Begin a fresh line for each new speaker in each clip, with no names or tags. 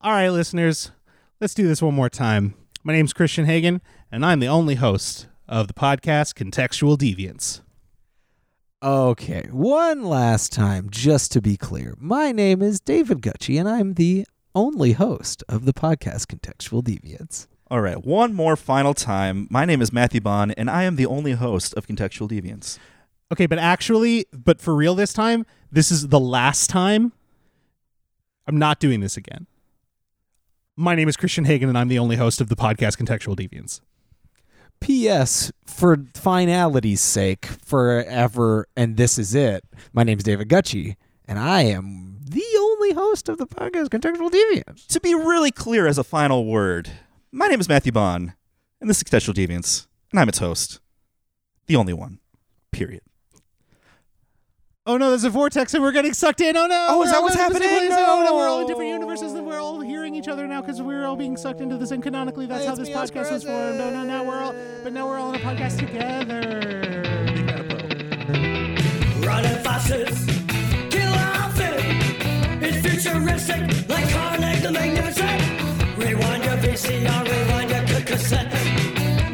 All right, listeners, let's do this one more time. My name's Christian Hagen, and I'm the only host of the podcast Contextual Deviance.
Okay, one last time, just to be clear. My name is David Gucci, and I'm the only host of the podcast Contextual Deviants.
All right, one more final time. My name is Matthew Bond, and I am the only host of Contextual Deviance.
Okay, but actually, but for real this time, this is the last time. I'm not doing this again. My name is Christian Hagen, and I'm the only host of the podcast Contextual Deviance.
P.S. For finality's sake, forever, and this is it. My name's David Gucci, and I am the only host of the podcast Contextual Deviants.
To be really clear as a final word, my name is Matthew Bond, and this is Contextual Deviance, and I'm its host. The only one. Period.
Oh no, there's a vortex and we're getting sucked in. Oh no.
Oh, is
We're
that
all
what's
in opposite
happening?
places. Oh no, we're all in
No.
different universes and we're all hearing each other now because we're all being sucked into this and canonically that's how
It's
this
me,
podcast was formed. Oh no, now we're all but now we're all in a podcast together.
Running foxes, kill outfit. It's futuristic, like Carnegie the Magnificent. Rewind your VCR, rewind your c- cassette.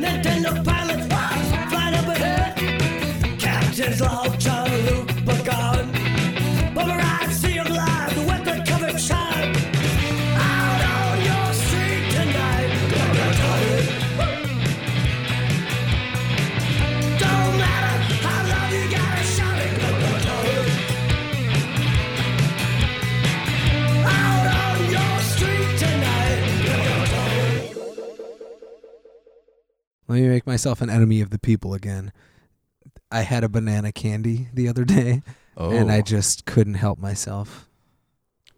Nintendo pilots, wow, flying up ahead. Captains love John Luke Picard. Bubba Ride, see him live, the weapon covered child. Out on your street tonight, like a toy. Don't matter how loud you gotta shout it, like a toy. Out on your street tonight, like a toy.
Let me make myself an enemy of the people again. I had a banana candy the other day,
Oh.
and I just couldn't help myself.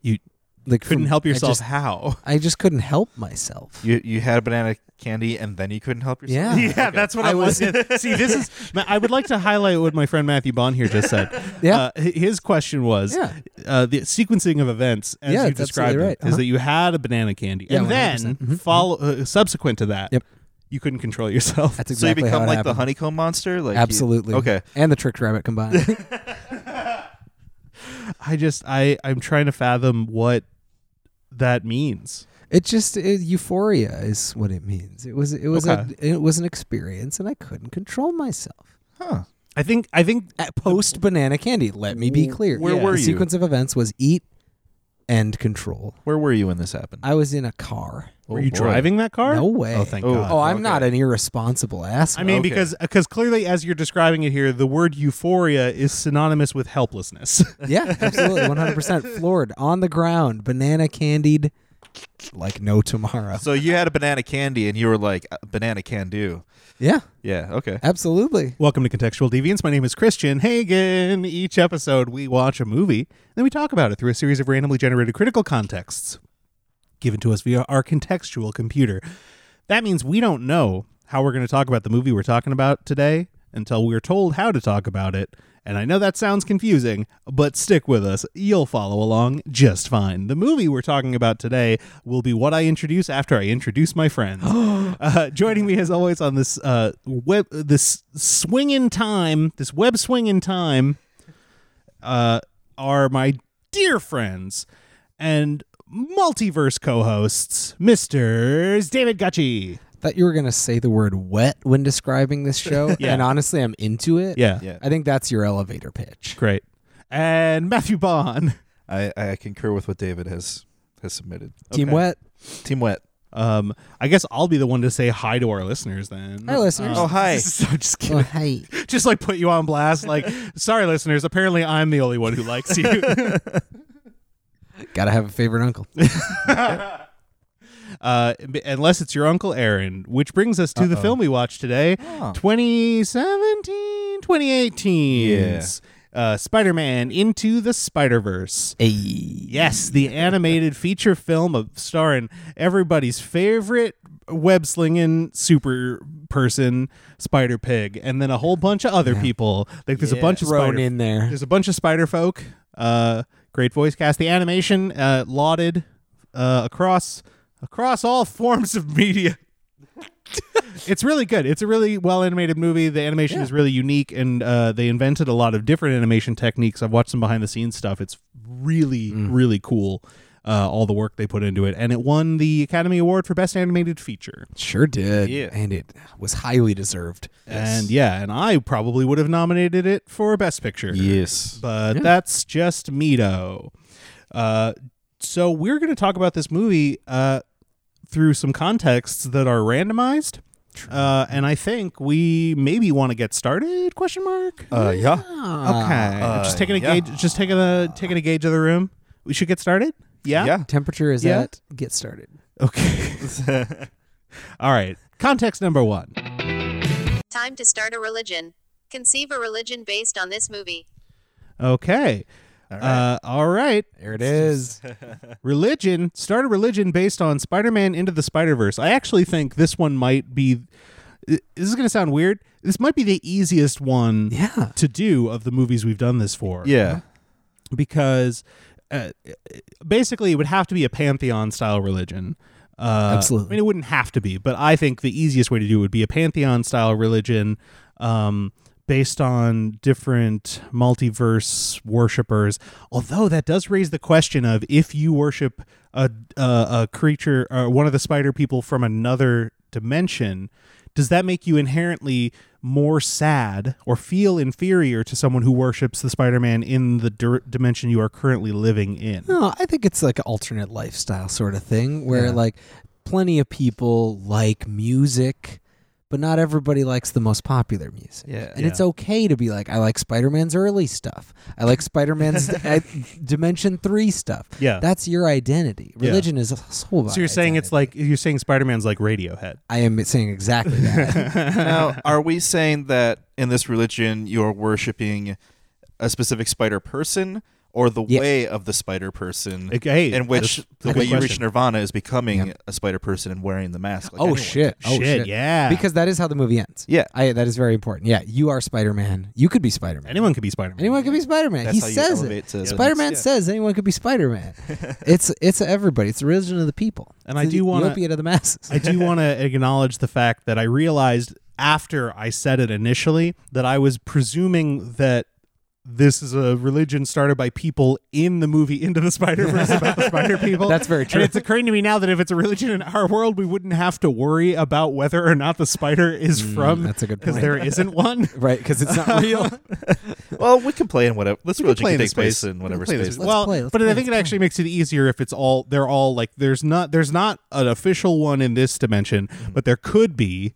You
Like
couldn't
from-
help
I
yourself
just-
how?
I just couldn't help myself.
You you had a banana candy and then you couldn't help
Yeah.
yourself?
Yeah, that's what I,
I
was.
was-
See, this is. I would like to highlight what my friend Matthew Bond here just said.
Yeah.
Uh, hi- his question was
Yeah.
uh, the sequencing of events as
Yeah,
you
that's
described
absolutely
it,
right.
is
Uh-huh.
that you had a banana candy,
Yeah,
and then
100%. Mhm.
follow uh, subsequent to that,
Yep.
you couldn't control yourself.
That's
So you
exactly how
become
it
like the
happened.
honeycomb monster? Like you-
Absolutely.
okay.
And the tricked rabbit combined.
I just I I'm trying to fathom what that means.
it just it, euphoria is what it means. It was it was
Okay.
a, it was an experience, and I couldn't control myself.
Huh.
I think I think
At post banana candy, let me be clear.
Where were
the
you?
sequence of events was eat and control.
Where were you when this happened?
I was in a car.
were
Oh,
you
boy.
driving that car?
No way.
Oh, thank
Oh.
God.
Oh, I'm
Okay.
not an irresponsible ass.
I mean,
Okay.
because because clearly, as you're describing it here, the word euphoria is synonymous with helplessness.
yeah, absolutely, 100 percent floored on the ground, banana candied, like no tomorrow.
So you had a banana candy and you were like, "Uh, banana can do.
Yeah,
Yeah, okay.
absolutely.
Welcome to Contextual Deviance. My name is Christian Hagen. Each episode, we watch a movie, then we talk about it through a series of randomly generated critical contexts given to us via our contextual computer. That means we don't know how we're going to talk about the movie we're talking about today until we're told how to talk about it. And I know that sounds confusing, but stick with us. You'll follow along just fine. The movie we're talking about today will be what I introduce after I introduce my friends. uh, joining me, as always, on this uh, web, this swing in time, this web swing in time, uh, are my dear friends and multiverse co-hosts, Misters David Gucci.
Thought you were gonna say the word wet when describing this show,
Yeah.
and honestly, I'm into it.
Yeah.
Yeah.
I think that's your elevator pitch.
great. And Matthew Bond.
I, I concur with what David has has submitted.
Team
Okay.
wet.
Team Wet.
Um, I guess I'll be the one to say hi to our listeners then.
Hi, listeners.
Oh, hi.
I'm just kidding.
Oh, hey.
Just like put you on blast. Like, sorry, listeners. Apparently, I'm the only one who likes you.
Gotta have a favorite uncle.
uh, b- unless it's your uncle Aaron, which brings us to the film we watched today, 2017, 2018.
Yeah.
Uh, Spider-Man Into the Spider-Verse.
Hey.
Yes, the animated feature film of starring everybody's favorite web slinging super person, Spider Pig, and then a whole bunch of other people. Like there's a
Yeah.
bunch of
Thrown
spider,
in there.
there's a bunch of spider folk. Uh, great voice cast. The animation uh, lauded uh, across across all forms of media. it's really good. It's a really well animated movie. The animation is really unique, and uh, they invented a lot of different animation techniques. I've watched some behind the scenes stuff. It's really really cool. uh, all the work they put into it, and it won the Academy Award for Best Animated Feature.
Sure did.
Yeah.
And it was highly deserved.
And yeah, and I probably would have nominated it for Best Picture.
Yes.
But that's just Mito. Uh, so we're going to talk about this movie uh, through some contexts that are randomized. Uh, and I think we maybe want to get started? Question mark.
Uh, yeah.
okay.
uh,
just taking a
yeah.
gauge. Just taking a taking a gauge of the room. We should get started. Yeah.
Yeah.
Temperature is
Yeah.
at get started.
Okay. All right. Context number one.
Time to start a religion. Conceive a religion based on this movie.
Okay.
All right.
Uh, all right.
There it is.
Religion. Start a religion based on Spider-Man into the Spider-Verse. I actually think this one might be. This is going to sound weird. This might be the easiest one
yeah.
to do of the movies we've done this for.
yeah.
because uh, basically it would have to be a pantheon style religion. Uh,
Absolutely.
I mean, it wouldn't have to be, but I think the easiest way to do it would be a pantheon style religion um, based on different multiverse worshippers. Although that does raise the question of if you worship a, a, a creature or one of the spider people from another dimension, does that make you inherently more sad or feel inferior to someone who worships the Spider-Man in the dir- dimension you are currently living in?
No, I think it's like an alternate lifestyle sort of thing where like plenty of people like music, but not everybody likes the most popular music.
Yeah.
And it's okay to be like, I like Spider Man's early stuff. I like Spider Man's Dimension 3 stuff.
Yeah.
That's your identity.
Yeah.
Religion is a soul.
So you're saying it's like you're saying Spider-Man's like Radiohead.
I am saying exactly that.
now, are we saying that in this religion you're worshiping a specific spider person or the
Yeah.
way of the spider person?
Okay, hey,
in which
that's-
the
that's a
way
good
you reach
question.
nirvana is becoming a spider person and wearing the mask. Like
oh,
anyone.
shit. Oh,
Shit, yeah.
Because that is how the movie ends.
Yeah.
I, that is very important. Yeah. You are Spider Man. You could be Spider Man.
anyone could be Spider-Man.
Anyone could be Spider Man.
That's
He
how you
says
elevate
it.
to the
Spider Man
next-
says anyone could be Spider Man. it's it's everybody. It's the religion of the people.
And
It's
I
the
do wanna-
the opiate of the masses.
I do want to acknowledge the fact that I realized after I said it initially that I was presuming that this is a religion started by people in the movie Into the Spider Verse about the Spider People.
That's very true.
And it's occurring to me now that if it's a religion in our world, we wouldn't have to worry about whether or not the spider is from.
Mm, that's a good
because
point.
there isn't one.
right, because it's not real.
Well, we can play in whatever this
We could
religion
play
can
in
take
this
place
space.
in whatever
We could play in
space.
this-
Let's
well,
play, let's
but
play,
I think it
let's
actually makes it easier if it's all they're all like there's not there's not an official one in this dimension,
Mm-hmm.
but there could be.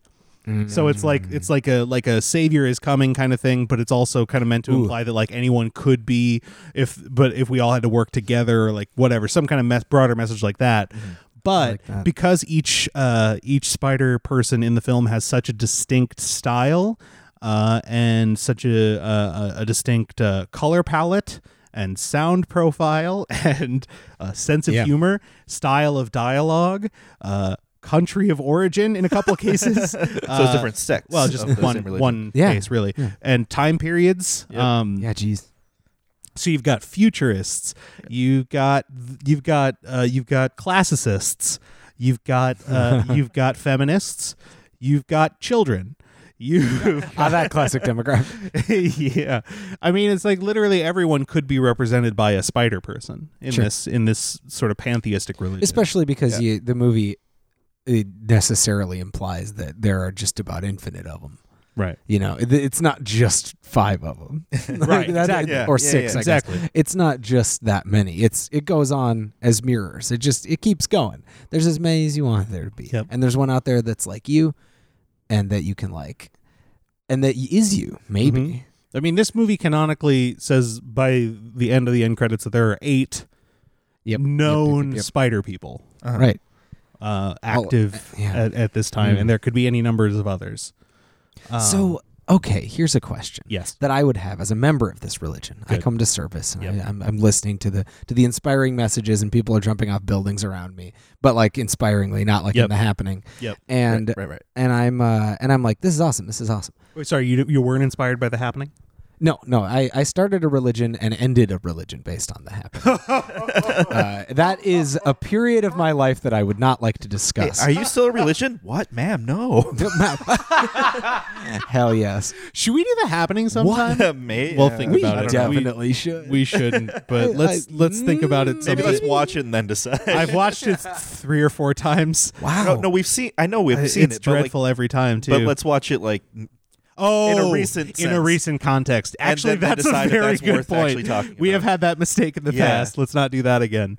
So it's like it's like a like a savior is coming kind of thing, but it's also kind of meant to imply that like anyone could be if but if we all had to work together or like whatever some kind of mes- broader message like that. But because each uh, each spider person in the film has such a distinct style uh, and such a a, a distinct uh, color palette and sound profile and uh, sense of
Yeah.
humor, style of dialogue, uh, country of origin in a couple cases.
so it's
uh,
different sects.
Well,
of
just
the
one
same religion.
one
Yeah.
case really, and time periods. Um,
yeah, jeez.
so you've got futurists, you've got you've got uh, you've got classicists, you've got uh, you've got feminists, you've got children. You
Ah, that classic demographic.
yeah. I mean it's like literally everyone could be represented by a spider person in
Sure.
this in this sort of pantheistic religion.
Especially because you, the movie it necessarily implies that there are just about infinite of them.
right.
You know, it, it's not just five of them,
Right, exactly.
or
Yeah,
six,
yeah,
I guess.
exactly.
It's not just that many. It's it goes on as mirrors. It just it keeps going. There's as many as you want there to be,
Yep.
and there's one out there that's like you, and that you can like, and that is you maybe.
Mm-hmm. I mean this movie canonically says by the end of the end credits that there are eight
Yep.
known
Yep, yep, yep,
spider people
yep. Right.
Oh,
uh,
All-
active
yeah.
at, at this time
Mm.
and there could be any numbers of others. Um,
so okay, here's a question.
Yes.
that I would have as a member of this religion. I
Good.
come to service and
Yep.
I, I'm, I'm listening to the to the inspiring messages, and people are jumping off buildings around me, but like inspiringly, not like
Yep.
in the happening.
Yep.
And
right, right.
and I'm uh, and I'm like, this is awesome. This is awesome.
Wait, sorry, you you weren't inspired by the happening?
No, no. I, I started a religion and ended a religion based on the happen. uh, that is a period of my life that I would not like to discuss.
Are you still a religion? what, ma'am? No.
Hell yes.
Should we do the happening sometime?
May-
We'll
yeah,
think
I
about
don't
it.
know.
We-
Definitely should.
We shouldn't, but let's let's think about it.
mm, Maybe
Sometime.
let's watch it and then decide.
I've watched it three or four times.
wow.
No, no, we've seen. I know we've
It's
seen it. but, like,
dreadful every time too.
But let's watch it like
oh,
in a recent
in a
sense.
recent context. Actually,
then they
that's a
decide if
very
that's
good
worth actually talking
point. We have
about.
had that mistake in the
Yeah.
past. Let's not do that again.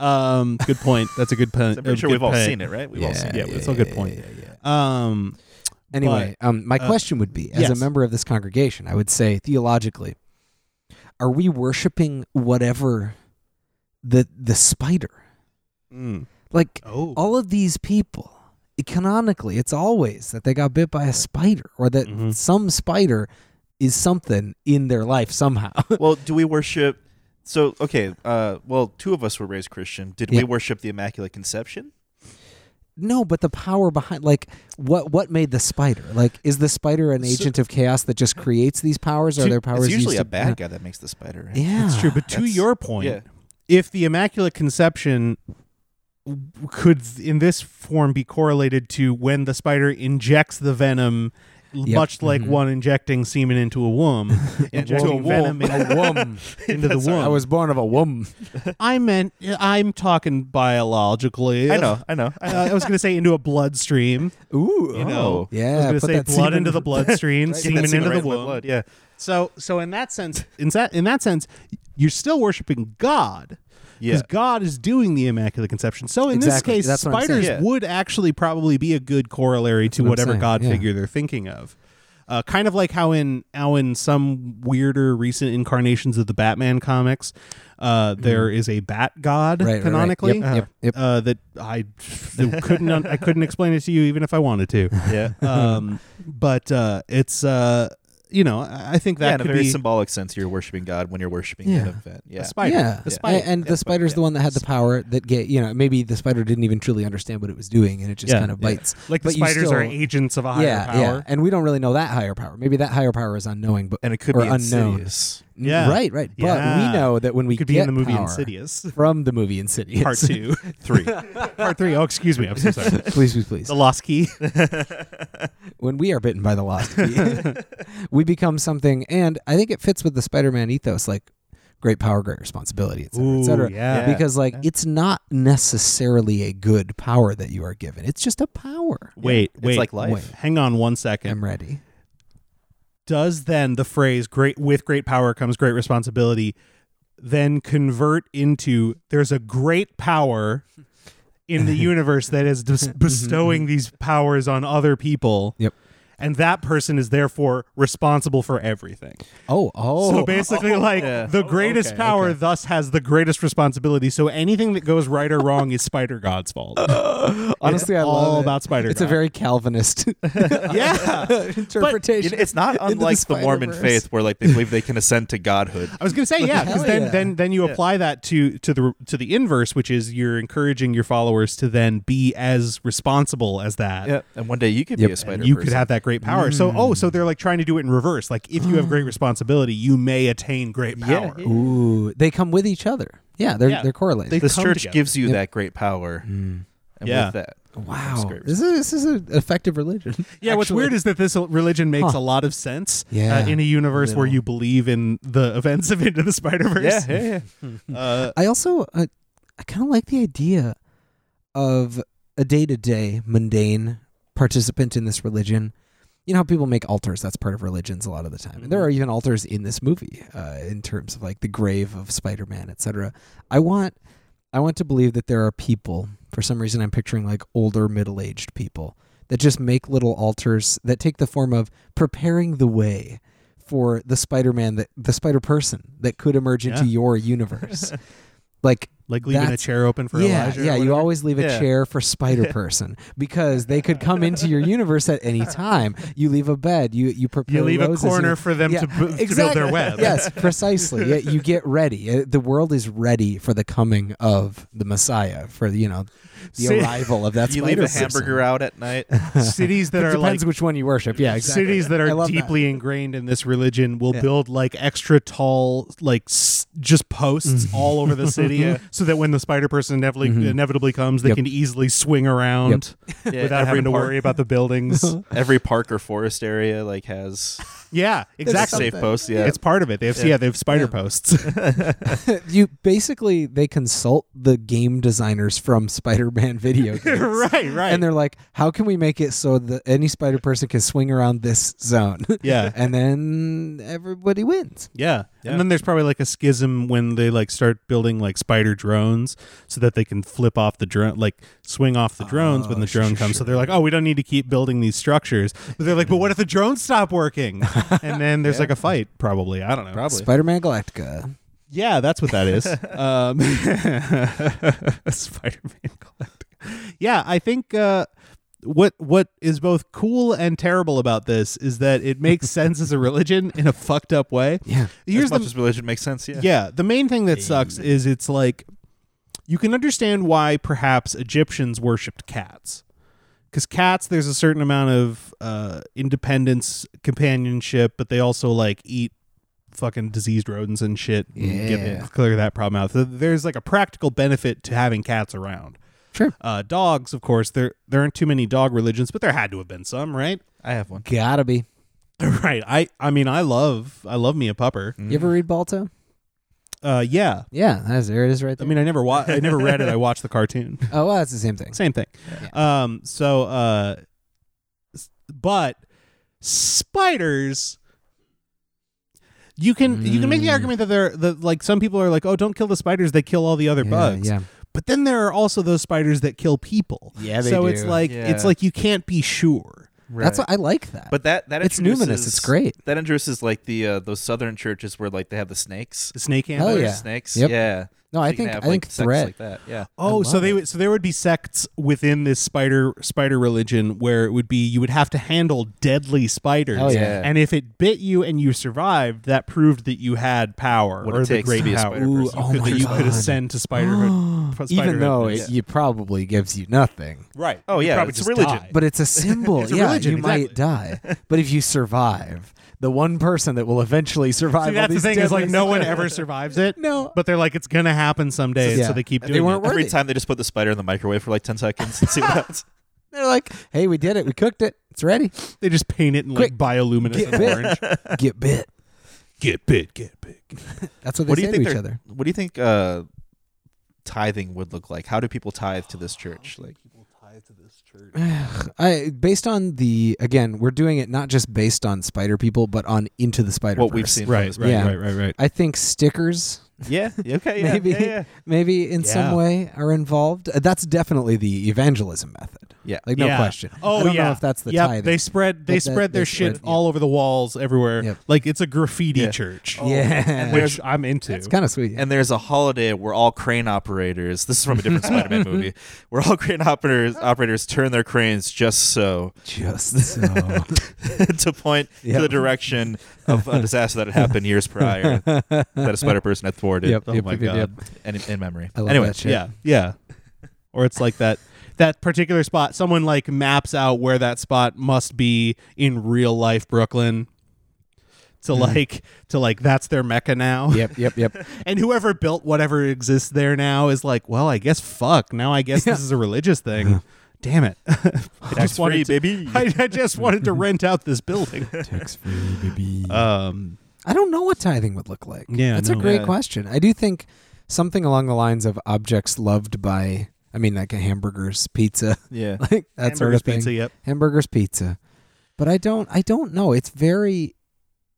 Um, good point. That's a good point.
I'm pretty sure we've all seen it, right? We've all seen it.
Yeah, it's a good point. Um,
Anyway, um, my question would be as a
yes.
member of this congregation, I would say theologically, are we worshiping whatever the the spider? Like
oh,
all of these people, canonically, it's always that they got bit by a spider or that
Mhm.
some spider is something in their life somehow.
Well, do we worship? So okay, uh, well, two of us were raised Christian. Did
Yeah.
we worship the Immaculate Conception?
no, but the power behind like what what made the spider? Like is the spider an agent of chaos that just creates these powers or are
Two-
their powers
it's usually
used
a
to-
bad guy that makes the spider. Right?
Yeah.
that's true. But to
That's-
your point,
yeah.
if the Immaculate Conception w- could, in this form, be correlated to when the spider injects the venom. l-
Yep.
Much like
Mhm.
one injecting semen into a womb, injecting
womb.
venom
A
into,
womb.
into the womb.
I was born of a womb.
I meant I'm talking biologically.
I know, I know. I know.
Uh, I was going to say into a bloodstream.
Ooh.
You know,
I was
Yeah.
going to
put
say
that
blood
semen-
into the bloodstream,
Get that
semen into
right
the
in my
womb.
blood, Yeah,
So, so in that sense, in that in that sense, you're still worshiping God.
Yeah.
God is doing the Immaculate Conception. So in
Exactly.
this case,
That's what I'm saying.
spiders
Yeah.
would actually probably be a good corollary to
what I'm
whatever
saying,
God
yeah.
figure they're thinking of. Uh, kind of like how in how in some weirder recent incarnations of the Batman comics, uh, there is a Bat God
Mm-hmm. Right, right, right.
canonically
Yep, yep, yep.
Uh, that I that couldn't un- I couldn't explain it to you even if I wanted to.
yeah.
Um, but uh, it's uh, you know I I think that
yeah, in a
could
very
be
symbolic sense, you're worshiping God when you're worshiping
Yeah.
an event. Yeah,
a spider.
Yeah.
a
A-
spider.
And the spider's the one that had the power that get you know, maybe the spider didn't even truly understand what it was doing and it just
Yeah.
kind of bites.
like the
But you
spiders are
still-
agents of a higher
yeah, yeah.
power.
And we don't really know that higher power. Maybe that higher power is unknowing but
and it could
or
be
unknown.
insidious.
Yeah.
Right, right. But
Yeah.
we know that when we
Could
get
be in the movie
power
Insidious.
from the movie Insidious.
Part two,
Three.
part three. Oh, excuse me. I'm so sorry.
please, please, please.
The Lost Key.
when we are bitten by the lost bee, we become something and i think it fits with the spider-man ethos like great power great responsibility et cetera, et
Ooh,
cetera.
yeah.
because like
Yeah.
it's not necessarily a good power that you are given it's just a power
Wait,
It's
wait.
like life.
Wait.
Hang on one second.
i'm ready
Does then the phrase "great with great power comes great responsibility" then convert into "there's a great power"? In the universe that is dis- bestowing these powers on other people,
Yep.
and that person is therefore responsible for everything.
oh oh
So basically, like the greatest
okay,
power thus has the greatest responsibility. So anything that goes right or wrong is Spider God's fault.
honestly i
all
love it.
about Spider
it's a
God.
very calvinist
yeah.
interpretation
You know, it's not
into the
unlike the, Mormon
Spider-Verse.
faith where like they believe they can ascend to godhood.
I was gonna say yeah, because
Hell
then
yeah.
then then you apply that to to the to the inverse, which is you're encouraging your followers to then be as responsible as that.
And one day you could
Yep. Mm.
be a spider.
And you could
person.
have that great power. So oh, so they're like trying to do it in reverse. Like if you have great responsibility, you may attain great power.
ooh they come with each other yeah they're
Yeah.
they're correlated
They-
This
come
church
together.
gives you that great power, and
Yeah.
with that,
Mm. wow
great
this is this is an effective religion
Yeah, what's
Actually-
weird is that this religion makes
Huh.
a lot of sense
Yeah.
uh, in a universe where
Little.
you believe in the events of Into the Spider Verse.
yeah,
Uh,
I also uh, I kind of like the idea of a day to day mundane participant in this religion. You know how people make altars? That's part of religions a lot of the time. And
Mm-hmm.
there are even altars in this movie uh, in terms of like the grave of Spider Man, etc. I want I want to believe that there are people. For some reason, I'm picturing like older middle aged people that just make little altars that take the form of preparing the way for the Spider Man that the Spider Person that could emerge into
Yeah.
your universe. like
Like leaving a
That's-
chair open for
yeah,
Elijah. or
yeah. You
whatever?
always leave a
Yeah.
chair for Spider Person because they could come into your universe at any time. You leave a bed. You you prepare.
leave a
roses, you-
corner for them to bu- to build their web.
Yes, precisely. Yeah, you get ready. Uh, The world is ready for the coming of the Messiah. For you know, the
See,
arrival of that.
you leave a
Spider-Person.
hamburger out at night.
cities that
It
are like
depends which one you worship. Yeah, exactly.
cities that
I
are
love that.
deeply ingrained in this religion will build like extra tall like s- just posts
Mm-hmm.
all over the city uh, so that when the spider person inevitably, inevitably comes they
Yep.
can easily swing around
Yeah,
without
every
having to
park-
worry about the buildings
Every park or forest area like has
yeah exactly
safe posts. Yeah,
it's part of it they have yeah, they have spider posts
you basically they consult the game designers from Spider-Man video games.
right right
And they're like, "How can we make it so that any spider person can swing around this zone?"
Yeah.
and then everybody wins.
Yeah. And then there's probably like a schism when they like start building like spider drones so that they can flip off the drone, like swing off the drones when the drone comes. So they're like, oh, we don't need to keep building these structures. But they're like, but what if the drones stop working? And then there's like a fight, probably. I don't know.
probably.
Spider-Man Galactica.
Yeah, that's what that is. um, Spider-Man Galactica. Yeah, I think uh, what what is both cool and terrible about this is that it makes sense as a religion in a fucked up way.
Yeah.
Here's
as much
the,
as religion makes sense. Yeah,
yeah, the main thing that sucks is it's like you can understand why perhaps Egyptians worshipped cats. Because cats, there's a certain amount of uh, independence, companionship, but they also like eat fucking diseased rodents and shit. and get-
Yeah.
clear that problem out. So there's like a practical benefit to having cats around.
Sure.
Uh, dogs, of course, there there aren't too many dog religions, but there had to have been some, right?
I have one.
Gotta be.
right. I I mean, I love I love me a pupper.
You ever read Balto?
Uh, yeah.
Yeah, that's, there it is right
I
there.
mean, I never wa- I never read it. I watched the cartoon.
oh, well, that's the same thing.
Same thing. Um. So, uh, s- but spiders. You can you can make the
Mm.
argument that they're that like some people are like oh don't kill the spiders they kill all the other
Yeah,
bugs
Yeah.
but then there are also those spiders that kill people
Yeah, they
so it's
do.
like
Yeah.
it's like you can't be sure
That's why I like that.
But that that
It's numinous,
introduces-
it's great.
That introduces like the uh, those southern churches where like they have the snakes.
the snake
Oh,
handlers
yeah.
snakes.
Yep.
Yeah.
No, I
you can
think-
have,
I think
like, sects
threat-
like that. Yeah.
Oh, so
love
they
it.
would so there would be sects within this spider spider religion where it would be you would have to handle deadly spiders.
Oh, yeah.
And if it bit you and you survived, that proved that you had power
What it
or the
takes to
great
be a
power
spider
Ooh,
person.
oh
could-
my
that you could
God.
ascend to spiderhood. pro-
even
spiderhood.
though it,
Yeah.
you probably gives you nothing.
right.
Oh,
You
yeah,
probably
it's
just
a religion.
die.
But it's a symbol.
a
yeah,
religion,
you might die. But if you survive, the one person that will eventually survive
See,
all
that's the
these
thing is like
deadly
no one
spiders-
ever survives it.
No.
But they're like it's gonna happen someday, and
Yeah.
so they keep
They
doing
weren't
it.
worth-
Every
Worthy.
time they just put the spider in the microwave for like ten seconds and see what happens.
They're like, "Hey, we did it. We cooked it. It's ready.
They just paint it in like
Quick,
bioluminescent
get bit.
orange.
Get bit."
Get bit, get bit.
That's what they
What do
say
you think?
to each
they're-
other.
What do you think? Uh, tithing would look like. How do people tithe to this church? Like,
I based on the again, we're doing it not just based on spider people, but on into the spider.
What we've seen.
Right, right,
Yeah.
right, right, right.
I think stickers
yeah. Okay.
maybe maybe in some
Yeah.
way are involved. Uh, That's definitely the evangelism method.
Yeah.
Like no
Yeah.
question.
Oh
I don't
yeah,
know if that's the
yep.
tithing.
They spread they
But that-
spread their
they
shit
spread- yeah.
all over the walls everywhere.
Yep.
Like it's a graffiti
Yeah.
church,
Oh, yeah.
which I'm into.
it's kind of sweet.
And there's a holiday where all crane operators. This is from a different Spider-Man movie, where all crane operators operators turn their cranes just so
just so.
to point
Yep.
to the direction of a disaster that had happened years prior that a spider person had thwarted.
Yep,
oh
yep,
my
yep,
god!
yep.
And in, in memory.
I love
anyway,
that shit.
yeah, yeah. or it's like that that particular spot. Someone like maps out where that spot must be in real life Brooklyn. To
Mm.
like to like that's their mecca now.
Yep, yep, yep.
And whoever built whatever exists there now is like, well, I guess fuck. Now I guess this is a religious thing. Damn it! I
Tax-free,
wanted to,
baby.
I, I just wanted to rent out this building. Um,
I don't know what tithing would look like.
Yeah,
that's
no.
a great
Yeah.
question. I do think something along the lines of objects loved by, I mean, like a hamburgers, pizza,
yeah.
like that sort of thing.
pizza. Yep.
Hamburgers, pizza. But I don't, I don't know. It's very.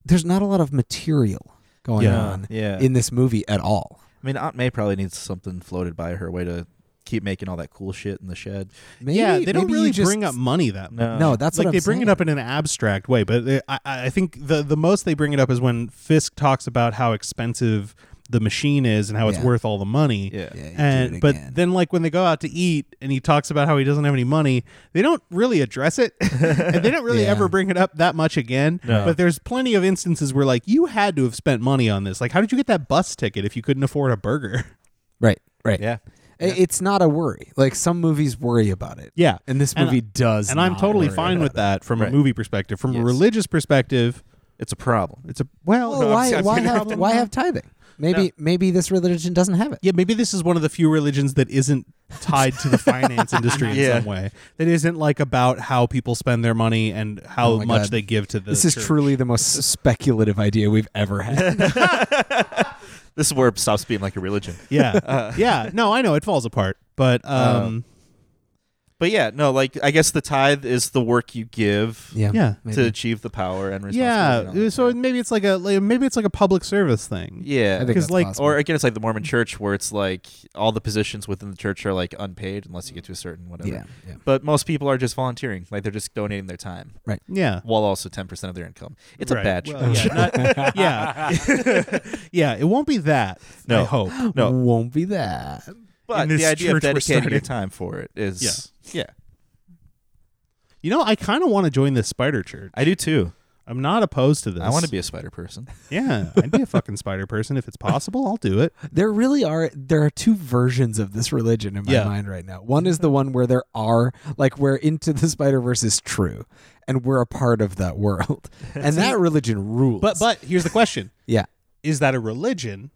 There's not a lot of material going
Yeah.
on
Yeah.
in this movie at all.
I mean, Aunt May probably needs something floated by her way to keep making all that cool shit in the shed.
Maybe,
yeah, they don't
maybe you
really
just-
bring up money that much.
No.
No, that's
like
what I'm
they bring
saying.
it up in an abstract eh, way, but they, I, I I think the the most they bring it up is when Fisk talks about how expensive the machine is and how it's
Yeah.
worth all the money.
Yeah.
Yeah, you do
And
it
but
again.
then like when they go out to eat and he talks about how he doesn't have any money, they don't really address it. and they don't really
Yeah.
ever bring it up that much again.
No.
But there's plenty of instances where like you had to have spent money on this. Like how did you get that bus ticket if you couldn't afford a burger?
right, right.
Yeah.
I- It's not a worry. Like some movies worry about it.
Yeah.
and this
And-
movie does.
and I'm
not
totally
worry
fine
about
with
it.
that from a
Right.
movie perspective. From a
Yes.
religious perspective,
It's a problem.
it's a well,
Well,
no, I'm
why?
saying-
why have? Why have tithing? Maybe maybe this religion doesn't have it.
Yeah, maybe this is one of the few religions that isn't tied to the finance industry in
Yeah.
some way. That isn't like about how people spend their money and how
Oh my
much
God.
they give to the.
This is
church.
truly the most speculative idea we've ever had.
This is where it stops being like a religion.
Yeah, yeah. No, I know it falls apart, but
Oh,
um,
But yeah, no, like I guess the tithe is the work you give
Yeah.
to achieve the power and responsibility.
yeah.
and all that.
So maybe it's like a like, maybe it's like a public service thing.
yeah,
I think
'Cause,
that's
like-
possible.
or again, it's like the Mormon Church where it's like all the positions within the church are like unpaid unless you get to a certain whatever.
yeah, yeah,
But most people are just volunteering, like they're just donating their time
yeah.
while also ten percent of their income. It's a
Right.
bad
Well,
church.
yeah, not- yeah. Yeah, It won't be that.
No.
I hope.
No.
won't be that.
but
this
the idea of
church we're
dedicating
starting-
your time for it is yeah,
You know, I kind of want to join this spider church.
I do too.
I'm not opposed to this.
I want to be a spider person.
Yeah, I'd be a fucking spider person if it's possible. I'll do it.
There really are there are two versions of this religion in my
Yeah.
mind right now. One is the one where there are like where Into the Spider Verse is true, and we're a part of that world, and that religion rules.
But but here's the question:
yeah,
Is that a religion,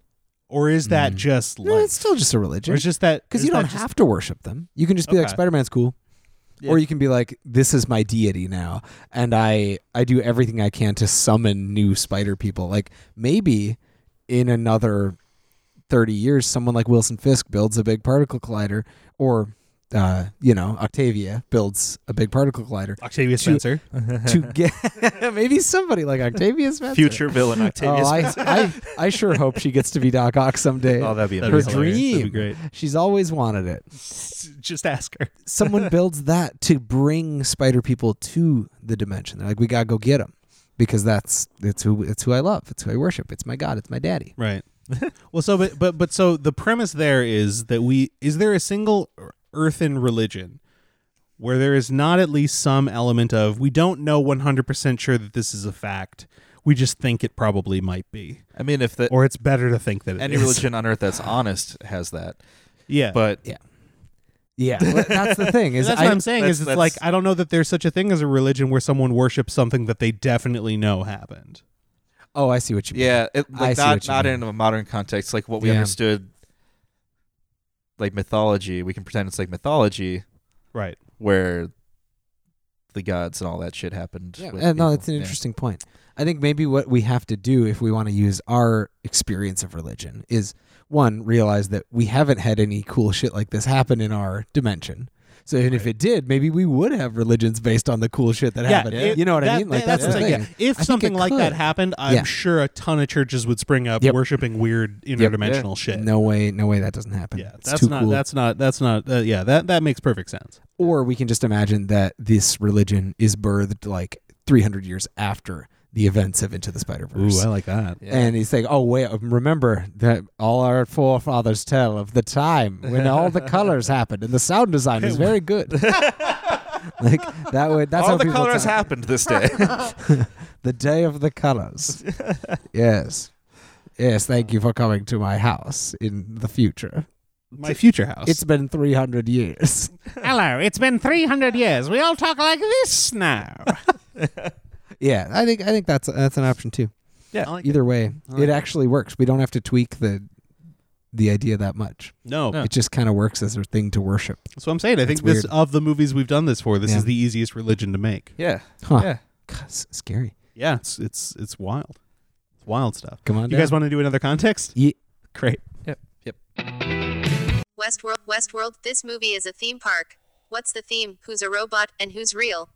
or is
Mm.
that just
no,
life?
it's still just a religion.
or it's just that
because
is
you don't
that just-
have to worship them. You can just be like
Okay.
Spider Man's cool, or you can be like this is my deity now, and I I do everything I can to summon new spider people. Like maybe in another thirty years, someone like Wilson Fisk builds a big particle collider, or uh, you know Octavia builds a big particle collider
Octavia Spencer.
to get maybe somebody like Octavia Spencer.
Future villain Octavius.
Oh, I, I, I sure hope she gets to be Doc Ock someday.
oh, that'd be
That'd be
her
amazing.
hilarious. That'd
dream.
be great.
She's always wanted it
Just ask her.
someone builds that to bring spider people to the dimension. They're like, we gotta go get them because that's it's who it's who I love. It's who I worship. It's my God. It's my daddy.
Right. well, so but but but so the premise there is that we is there a single earthen religion where there is not at least some element of we don't know 100% sure that this is a fact. We just think it probably might be,
I mean, if the
or it's better to think that it
any
is.
religion on earth that's honest has that,
Yeah.
but
Yeah, well, that's the thing. Is
that's
I,
what I'm saying. Is
that's-
it's
that's-
like I don't know that there's such a thing as a religion where someone worships something that they definitely know happened.
oh, I see what you mean.
Yeah, it,
I
like
see
not
what you
not
mean.
in a modern context, like what we
Yeah.
understood, like mythology. We can pretend it's like mythology
Right.
where the gods and all that shit happened.
Yeah,
with
uh, no,
people.
that's an
Yeah.
interesting point. I think maybe what we have to do if we want to use our experience of religion is one, realize that we haven't had any cool shit like this happen in our dimension. So even if it did, maybe we would have religions based on the cool shit that happened.
it-
you know what I
that-
mean? Like
that- that's, the thing. Yeah. If
I think
something
it
like that
could.
happened, I'm
Yeah.
sure a ton of churches would spring up
Yep.
worshiping weird interdimensional shit.
No way, no way that doesn't happen.
Yeah,
It's
that's
too
not,
cool.
that's not. That's not. uh, yeah, that that makes perfect sense.
or we can just imagine that this religion is birthed like 300 years after the events of Into the Spider Verse.
like that.
Yeah.
And he's like, "Oh wait, remember that all our forefathers tell of the time when all the colors happened, and the sound design was very good." like that would that's
all
how
the
people
colors
talk.
happened this day.
The day of the colors. yes, yes. Thank you for coming to my house in the future.
My future house.
It's been 300 years.
hello. It's been 300 years. We all talk like this now.
Yeah, I think I think that's that's an option too.
Yeah.
I like
Either way,
like
it
it.
actually works. We don't have to tweak the the idea that much.
no,
It just kind of works as a thing to worship.
that's what I'm saying. I think this
weird.
of the movies we've done this for, this
Yeah.
is the easiest religion to make.
yeah,
Huh.
yeah.
God, s- scary.
Yeah, it's it's it's wild. It's wild stuff.
Come on.
You guys want to do another context?
Ye-
Great.
Westworld, Westworld, this movie is a theme park. What's the theme? Who's a robot and who's real?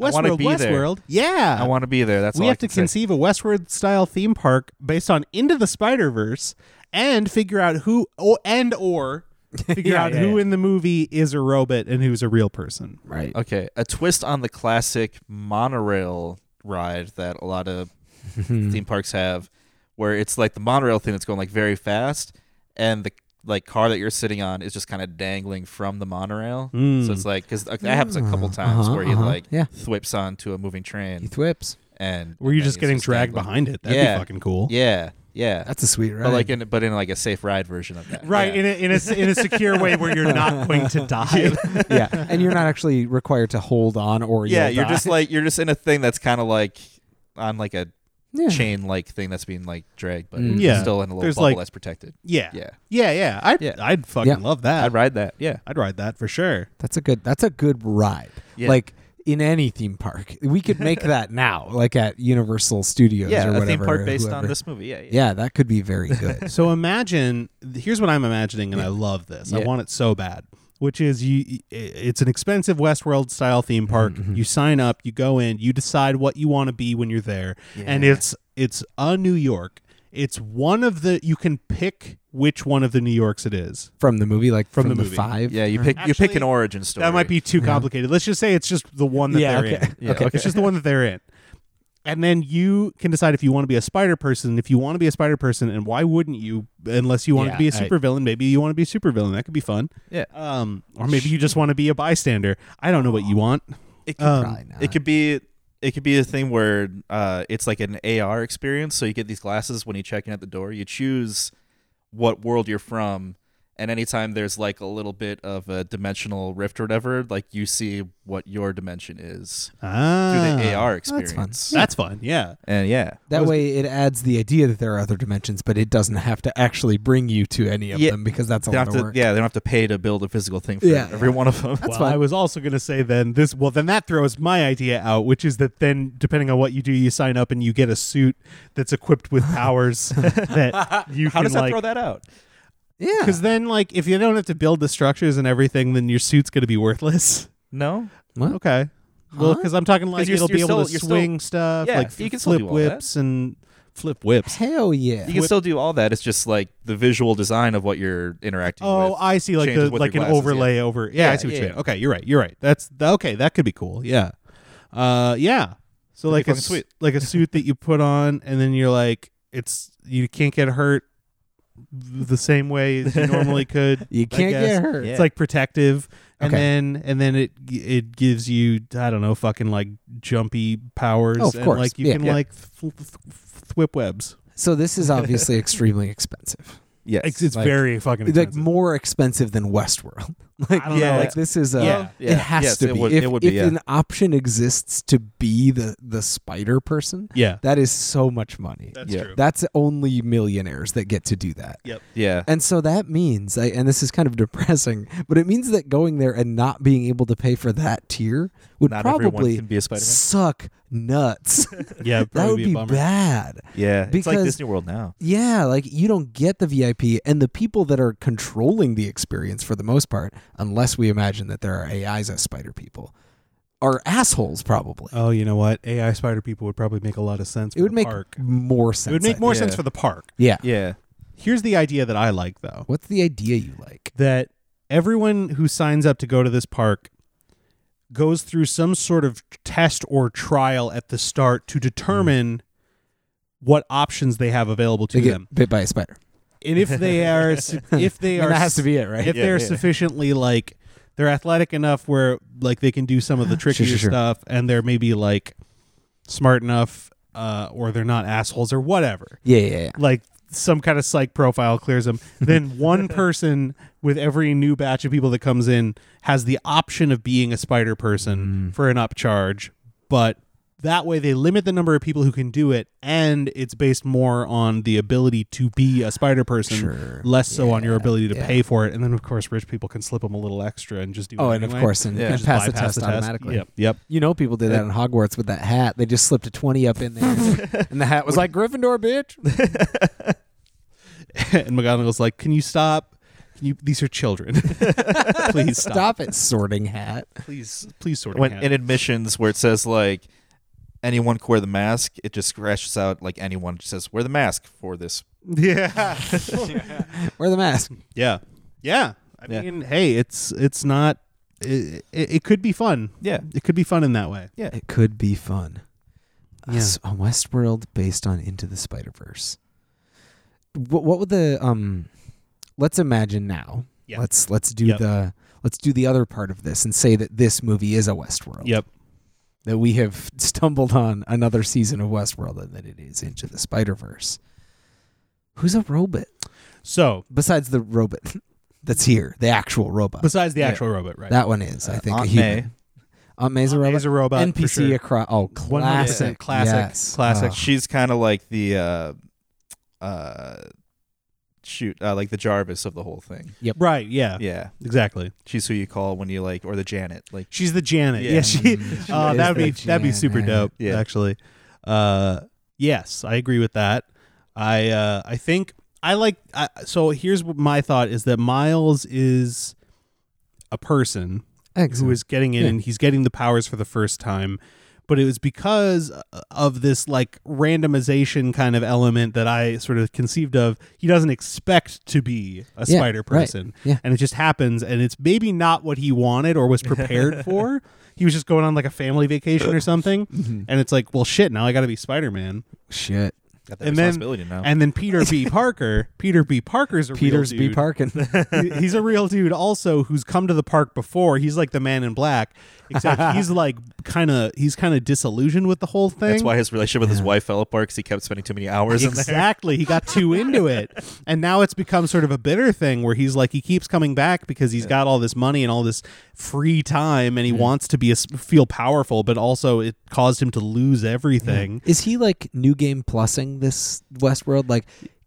I wanna
Westworld.
be there.
Westworld. Yeah.
Uh,
I want to be there. That's
we
all I
have to
can say.
conceive a Westworld style theme park based on Into the Spider Verse and figure out who oh, and or figure out who in the movie is a robot and who's a real person.
right?
Okay, a twist on the classic monorail ride that a lot of theme parks have, where it's like the monorail thing that's going like very fast, and the like car that you're sitting on is just kind of dangling from the monorail. So
Hmm.
it's like because that happens a couple times
uh-huh,
where he
uh-huh,
like
yeah.
thwips onto a moving train
Heath Whips.
and
Were you
and
just
he's
getting dragged
dangling.
behind it? That'd
Yeah.
be fucking cool.
Yeah, yeah.
That's a sweet ride.
but like in but in like a safe ride version of that.
Right,
Yeah.
in, a, in, a, in a secure way where you're not going to die.
yeah, and you're not actually required to hold on or
yeah,
you'll
you're
die.
just like you're just in a thing that's kind of like on like a
Yeah.
chain like thing that's being like dragged, but
Mm.
it's
Yeah.
still in a little
There's,
bubble
like-
that's protected.
yeah.
Yeah.
Yeah, yeah. I'd,
Yeah.
I'd fucking
Yeah.
love that.
I'd ride that. Yeah.
I'd ride that for sure.
That's a good. That's a good ride.
Yeah.
Like in any theme park, we could make that now, like at Universal Studios
Yeah,
or
a
whatever.
theme park based
whoever.
on this movie. Yeah, yeah.
Yeah, that could be very good.
So imagine here's what I'm imagining, and I love this. I
Yeah.
want it so bad. Which is you? It's an expensive Westworld style theme park.
Mm-hmm.
You sign up, you go in, you decide what you want to be when you're there, and it's it's a New York. It's one of the you can pick which one of the New Yorks it is.
from the movie, like
From
from,
the
the,
movie.
five.
Yeah, you pick you pick an
Actually,
origin story.
That might be too complicated. Let's just say it's just the one that
Yeah,
they're
okay.
in.
Yeah, okay.
It's just the one that they're in. And then you can decide if you want to be a spider person. If you want to be a spider person, and why wouldn't you? Unless you wanted to
Yeah,
be a
I-
supervillain, maybe you want to be a supervillain. That could be fun.
Yeah.
Um, or maybe you just want to be a bystander. I don't know what you want.
It could,
Um,
Probably not.
it could be it could be a thing where uh, it's like an AR experience. So you get these glasses when you check in at the door. You choose what world you're from, and anytime there's like a little bit of a dimensional rift or whatever, like you see what your dimension is through
Ah,
the AR
fun.
experience.
That's fun. Yeah.
And yeah,
that way, it adds the idea that there are other dimensions, but it doesn't have to actually bring you to any of
Yeah.
them because that's a
they don't
lot
have
of
to.
work.
Yeah, they don't have to pay to build a physical thing for
Yeah.
every one of them.
well, I was also going to say then this. Well, then that throws my idea out, which is that then depending on what you do, you sign up and you get a suit that's equipped with powers that you
How
can
does that
like
throw that out?
yeah.
Because then, like, if you don't have to build the structures and everything, then your suit's going to be worthless.
No.
Okay. Well,
Huh?
because I'm talking like
'Cause you're-
it'll be
you're
able
still-
to
you're still-
swing stuff,
Yeah,
like
you can still
flip
do all that.
whips and flip whips.
hell yeah.
You can still do all that. It's just like the visual design of what you're interacting
Oh,
with.
I see, like
changes
the
with your
like an
glasses, yeah.
overlay over. Yeah, I
Yeah,
see what
yeah,
you mean.
yeah.
Okay, you're right. You're right. That's th- okay. That could be cool. Yeah. Uh, yeah. So like
That'd be
a
fucking
s-
sweet.
like a suit that you put on, and then you're like, it's you can't get hurt the same way as you normally could.
You
I
can't
guess.
get hurt.
It's like protective, and
Okay.
then and then it it gives you I don't know fucking like jumpy powers.
Oh, of
and,
course.
like you
Yeah.
can
Yeah.
like th- th- th- thwip webs.
So this is obviously extremely expensive.
yes.
It's, it's
Like-
very fucking
Like
expensive.
more expensive than Westworld. Like,
I don't
know.
like this is a
Yeah. Yeah.
it has
Yes,
to
it
be.
would-
if
it would be,
if
yeah.
an option exists to be the the spider person,
yeah,
that is so much money.
that's
Yeah.
true.
That's only millionaires that get to do that.
yep.
yeah.
And so that means, I- and this is kind of depressing, but it means that going there and not being able to pay for that tier would
Not everyone
probably
can be a Spider-Man.
suck nuts.
Yeah, it'd
that
probably
would
be a
be
bummer.
bad.
Yeah, it's like
Because-
Disney World now.
Yeah, like you don't get the VIP and the people that are controlling the experience for the most part, unless we imagine that there are AIs as spider people, are assholes probably.
Oh, you know what? AI spider people would probably make a lot of sense. For
it would
the
make
park.
more sense.
it would make
I
more
think.
sense for the park.
Yeah.
Yeah.
Here's the idea that I like though.
What's the idea you like?
that everyone who signs up to go to this park goes through some sort of test or trial at the start to determine what options they have available to
They get
them.
bit by a spider.
And if they are su- if they
I
are
mean, that has
su-
to be it, right?
if
Yeah,
they're
yeah.
sufficiently like they're athletic enough where like they can do some of the trickier
sure, sure.
stuff and they're maybe like smart enough uh, or they're not assholes or whatever
yeah, yeah, yeah.
like some kind of psych profile clears them. Then one person with every new batch of people that comes in has the option of being a spider
Mm.
person for an upcharge, but that way they limit the number of people who can do it and it's based more on the ability to be a spider person
Sure.
less so on your ability to
yeah.
pay for it and then of course rich people can slip them a little extra and just do
Oh,
it
and of
anyway.
course, and,
Yeah.
and
Just
pass the
bypass
test automatically.
yep yep
You know, people did that in Hogwarts with that hat. They just slipped a 20 up in there, and the hat was like, Gryffindor, bitch.
and McGonagall's like can you stop can you these are children please stop,
Stop it, sorting hat.
please please sort of
When
hand.
in admissions where it says like anyone can wear the mask, it just scratches out like anyone just says wear the mask for this.
yeah
Wear the mask.
Yeah. Yeah. I
Yeah.
mean, hey, it's it's not it, it, it could be fun.
Yeah.
It could be fun in that way.
It could be fun.
Yeah.
A s- A Westworld based on Into the Spider Verse. what, what would the um let's imagine now
Yeah.
let's let's do
Yep.
the let's do the other part of this and say that this movie is a westworld
Yep.
that we have stumbled on another season of westworld and that it is into the spider-verse who's a robot
So
besides the robot that's here the actual robot
besides the actual robot, right?
that one is i think a
Aunt
human
May.
Aunt May's a
Aunt
robot.
May's a robot, for
NPC
sure.
across. Oh,
100%
classic,
classic,
yes.
classic.
Oh,
She's kind of like the uh, uh, shoot, uh, like the Jarvis of the whole thing.
Right. Yeah.
Yeah,
Exactly.
she's who you call when you like, or the Janet. Like
She's the Janet. Yeah.
Yeah.
she. Uh,
is
that'd
the
be that'd be super
Janet.
dope.
Yeah.
Actually. Uh, yes, I agree with that. I uh, I think I like. I, so here's what my thought is that Miles is a person who
excellent.
is getting in
Yeah.
and he's getting the powers for the first time but it was because uh, of this like randomization kind of element that i sort of conceived of he doesn't expect to be a
Yeah,
spider
right.
person
Yeah.
and it just happens and it's maybe not what he wanted or was prepared for he was just going on like a family vacation or something
Mm-hmm.
and it's like well shit now i gotta be spider-man
shit.
got that
and then
responsibility now.
and then peter b parker peter b parker's a real
Peter's B.
dude.
Parkin.
He- he's a real dude also who's come to the park before he's like the man in black except he's like kind of he's kind of disillusioned with the whole thing
That's why his relationship with his wife fell apart because he kept spending too many hours in there.
exactly he got too into it and now it's become sort of a bitter thing where he's like he keeps coming back because he's got all this money and all this free time and he wants to be a s feel powerful but also it caused him to lose everything
Is he like new game plusing this Westworld? Like,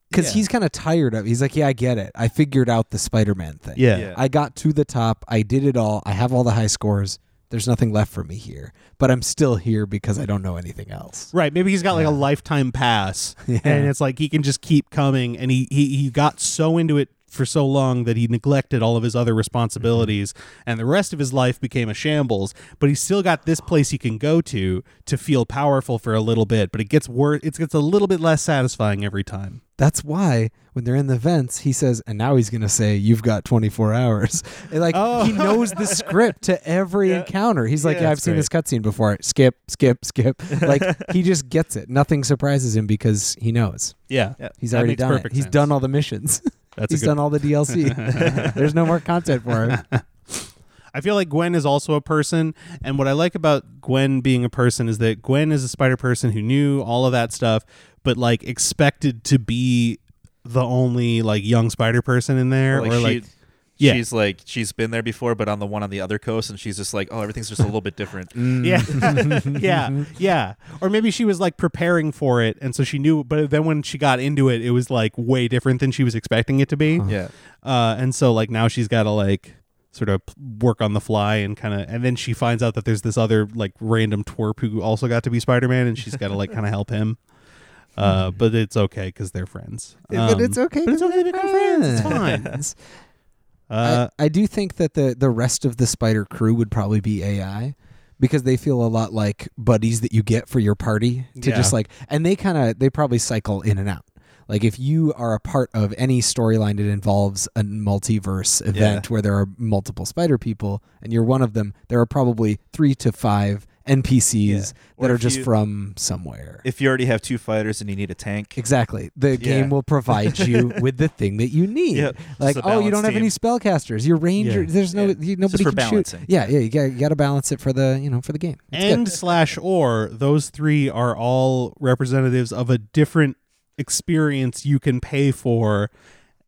because he's kind of tired of. He's like, yeah, I get it. I figured out the Spider-Man thing.
yeah,
Yeah.
I got to the top. I did it all. I have all the high scores. There's nothing left for me here, but I'm still here because I don't know anything else.
Right, maybe he's got like a lifetime pass, and it's like he can just keep coming. And he, he he got so into it for so long that he neglected all of his other responsibilities, and the rest of his life became a shambles. But he's still got this place he can go to to feel powerful for a little bit. But it gets worse. It gets a little bit less satisfying every time.
That's why when they're in the vents, he says, and now he's gonna say, "You've got 24 hours." And, like he knows the script to every encounter. He's like, Oh. "Yeah, I've seen this cutscene before. Skip, skip, skip." Like he just gets it. Nothing surprises him because he knows
Yeah,
he's
That
already
makes
done it.
perfect
He's
sense.
done all the missions.
That's a
he's
good
done all the DLC. There's no more content for him.
I feel like Gwen is also a person, and what I like about Gwen being a person is that Gwen is a spider person who knew all of that stuff, but like expected to be the only like young spider person in there,
Like,
or
she,
like Yeah.
she's like she's been there before, but on the one on the other coast, and she's just like, oh, everything's just a little bit different.
yeah, yeah, yeah, or maybe she was like preparing for it, and so she knew, but then when she got into it, it was like way different than she was expecting it to be,
yeah,
uh, and so like now she's got to like sort of p- work on the fly and kind of and then she finds out that there's this other like random twerp who also got to be spider-man and she's got to like kind of help him uh, but it's okay because they're friends
Hmm. but
Um,
it's okay.
but it's
'cause
okay
they're
because they're friends it's fine
friends.
uh,
I, I do think that the the rest of the spider crew would probably be AI because they feel a lot like buddies that you get for your party to
Yeah.
just like and they kind of they probably cycle in and out. Like if you are a part of any storyline that involves a multiverse event where there are multiple spider people and you're one of them, there are probably 3 to 5 NPCs
Or
that are
if
just
you-
from somewhere.
if you already have two fighters and you need a tank,
Exactly. The game will provide you with the thing that you need.
Yeah,
Like,
just a
oh, you
balanced
don't have any
team.
spellcasters. Your ranger,
Yeah.
there's no
Yeah.
you, nobody
for
can
balancing.
shoot. Yeah, yeah, you got, you got to balance it for the you know for the game. It's good.
and slash or those three are all representatives of a different experience you can pay for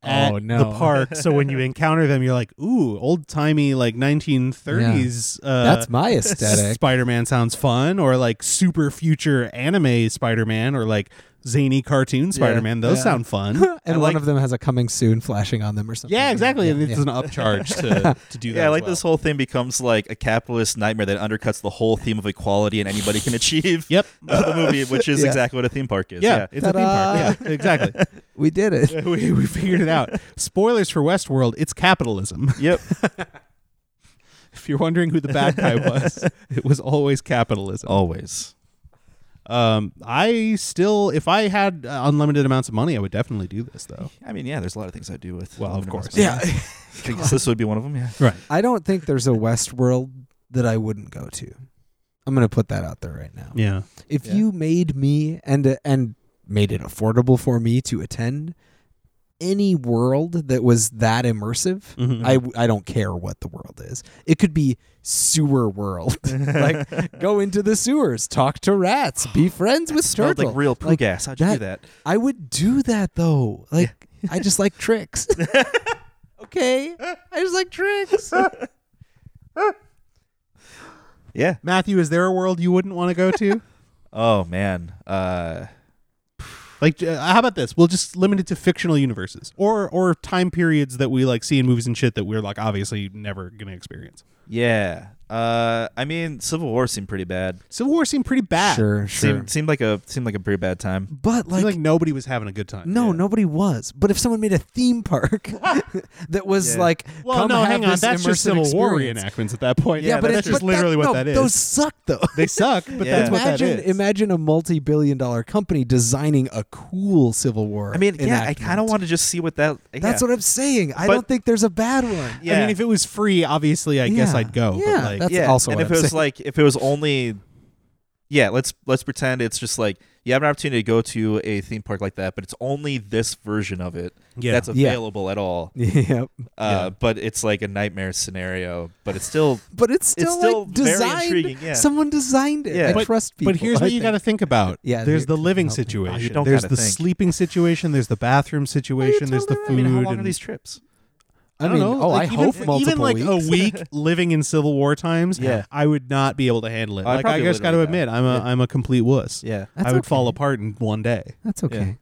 at
Oh, no.
the park so when you encounter them you're like ooh old timey like 1930s uh,
that's my aesthetic.
Spider-Man sounds fun, or like super future anime Spider-Man, or like zany cartoon Spider-Man. Those sound fun.
and one of them has a coming soon flashing on them or something.
yeah, exactly. and it's an upcharge to, to do that.
Yeah, I
as
like
well.
this whole thing becomes like a capitalist nightmare that undercuts the whole theme of equality and anybody can achieve.
Yep.
of the movie, which is
Yeah.
exactly what a theme park is.
Yeah, it's
Ta-da.
a theme park. Yeah, exactly.
We did it.
we, we figured it out. Spoilers for Westworld. It's capitalism.
Yep.
If you're wondering who the bad guy was, it was always capitalism.
Always.
Um, I still, if I had uh, unlimited amounts of money, I would definitely do this though.
I mean, yeah, there's a lot of things I do with.
Well, of
aluminum
course.
as well. I think this would be one of them. Yeah.
Right.
I don't think there's a Westworld that I wouldn't go to. I'm gonna put that out there right now.
Yeah.
if you made me and and made it affordable for me to attend any world that was that immersive. I w- I don't care what the world is. It could be sewer world. like go into the sewers, talk to rats, be friends with
smelled
turtles.
like real poo gas. How'd you do that?
I would do that though. Like I just like tricks. okay, I just like tricks.
Yeah.
Matthew, is there a world you wouldn't want to go to?
Oh man. Uh,
like, uh, how about this? We'll just limit it to fictional universes or or time periods that we like see in movies and shit that we're like obviously never gonna experience.
yeah. Uh, I mean, Civil War seemed pretty bad.
Civil War seemed pretty bad.
Sure, sure.
Seemed seemed like a seemed like a pretty bad time.
but
Seemed
like,
Ah, like nobody was having a good time.
no, nobody was. But if someone made a theme park that was like,
Well,
come
no,
have
hang on.
this
That's just
immersive
Civil War
experience.
reenactments at that point.
Yeah, but
that's
it-
just
but
literally
that,
what
no,
that is.
Those suck though.
they suck, but
Yeah.
that's what that
imagine
is.
imagine a multi-billion dollar company designing a cool Civil War.
I mean, yeah, I kind
enactment.
of want to just see what that.
That's
yeah.
what I'm saying. I
But-
don't think there's a bad one.
Yeah.
I mean, if it was free, obviously, I guess
Yeah.
I'd go.
Yeah,
but like,
that's-
yeah.
also
and
what
if
I'm
it was
saying.
like if it was only yeah let's let's pretend it's just like you have an opportunity to go to a theme park like that but it's only this version of it
Yeah.
that's
Yeah.
available at all
Yep.
uh, but it's like a nightmare scenario but it's still
but it's still,
still
like
very
designed.
intriguing, yeah.
Someone designed it.
Yeah.
I
But-
trust people.
but here's
I
what you
think.
got to think about.
Yeah,
there's the
there-
living
no,
situation.
you don't
there's
gotta
the
think.
sleeping situation. There's the bathroom situation. There's the food.
I mean, how long are
and-
these trips
I mean,
don't know,
oh,
like,
I
even,
hope
for-
multiple
even like
weeks.
a week living in Civil War times.
Yeah.
I would not be able to handle it.
I
like I
probably
just got to
literally
admit, I'm a am a complete wuss.
yeah
I
That's
would fall
okay.
apart in one day.
That's okay.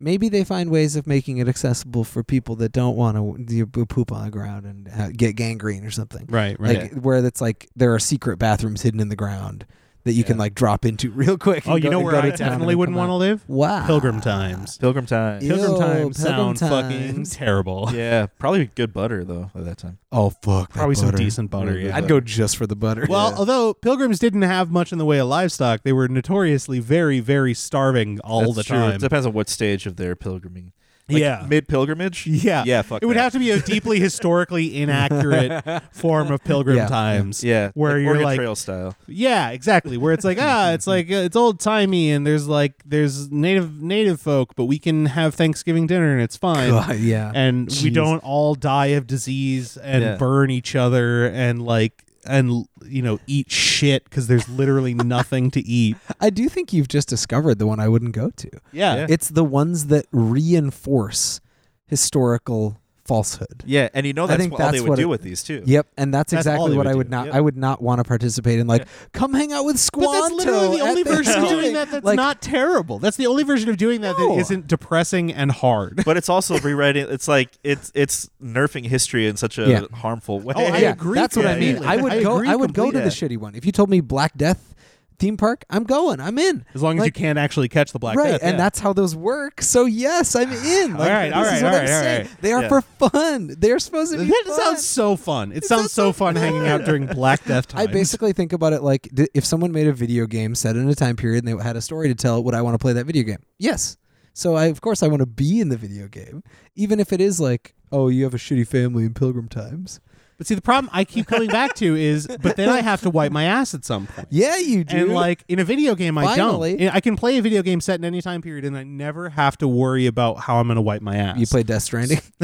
Maybe they find ways of making it accessible for people that don't want to poop on the ground and uh, get gangrene or something.
Right, right.
Like where that's like there are secret bathrooms hidden in the ground that you can like drop into real quick.
oh,
and
you
go-
know
and
where
go
I
to town
definitely
and
wouldn't want
come
to
out.
live?
Wow.
Pilgrim times.
pilgrim time
Ew,
Pilgrim times
Pilgrim
sound fucking
Times.
terrible.
yeah probably good butter though at that time
Oh fuck, that
Probably some
butter.
decent butter. Yeah.
I'd go just for the butter.
Well, although pilgrims didn't have much in the way of livestock, they were notoriously very, very starving all
That's
the
true.
time.
it depends on what stage of their pilgriming Like,
Yeah.
mid pilgrimage
yeah,
yeah fuck
it would
that.
have to be a deeply historically inaccurate form of pilgrim
Yeah, yeah.
times.
yeah
where
like
you're
Oregon
like,
trail style
yeah, exactly, where it's like ah, it's like uh, it's old timey, and there's like there's native native folk, but we can have Thanksgiving dinner and it's fine.
God, yeah.
and we
Jeez.
don't all die of disease and
Yeah.
burn each other and like and you know eat shit because there's literally nothing to eat.
I do think you've just discovered the one I wouldn't go to.
Yeah.
It's the ones that reinforce historical falsehood.
yeah and you know that's
think
what all
that's
they would
what
do
it-
with these too
Yep, and that's,
That's all
exactly
they
what
would
I would
do.
not.
Yep.
I would not want to participate in. Like, come hang out with Squanto.
But that's literally the
at
only version of doing
Thanksgiving.
that that's
Like,
not terrible. That's the only version of doing that
No.
that isn't depressing and hard.
but it's also rewriting. It's like it's it's nerfing history in such a
Yeah.
harmful way.
Oh, I
yeah,
agree
That's what I mean.
completely.
I would
I
go.
agree
I would go to the
completely.
shitty one. If you told me Black Death theme park, I'm going. I'm in.
As long as you
Like,
can't actually catch the black
right,
death.
and
yeah.
that's how those work. So yes, I'm in. Like,
right, all
this
right,
is what
all
I'm
right, all
saying.
right.
They are
Yeah.
for fun. They're supposed to be.
that
fun.
sounds so fun. It,
sounds
sounds so
so
fun hanging out
fun.
during Black Death time.
I basically think about it like d- if someone made a video game set in a time period and they had a story to tell, would I want to play that video game? Yes. So I, of course, I want to be in the video game, even if it is like, oh, you have a shitty family in Pilgrim Times.
But see, the problem I keep coming back to is, but then I have to wipe my ass at some point.
Yeah, you do.
And like in a video game, I
Finally.
don't. I can play a video game set in any time period, and I never have to worry about how I'm going to wipe my ass.
you play Death Stranding.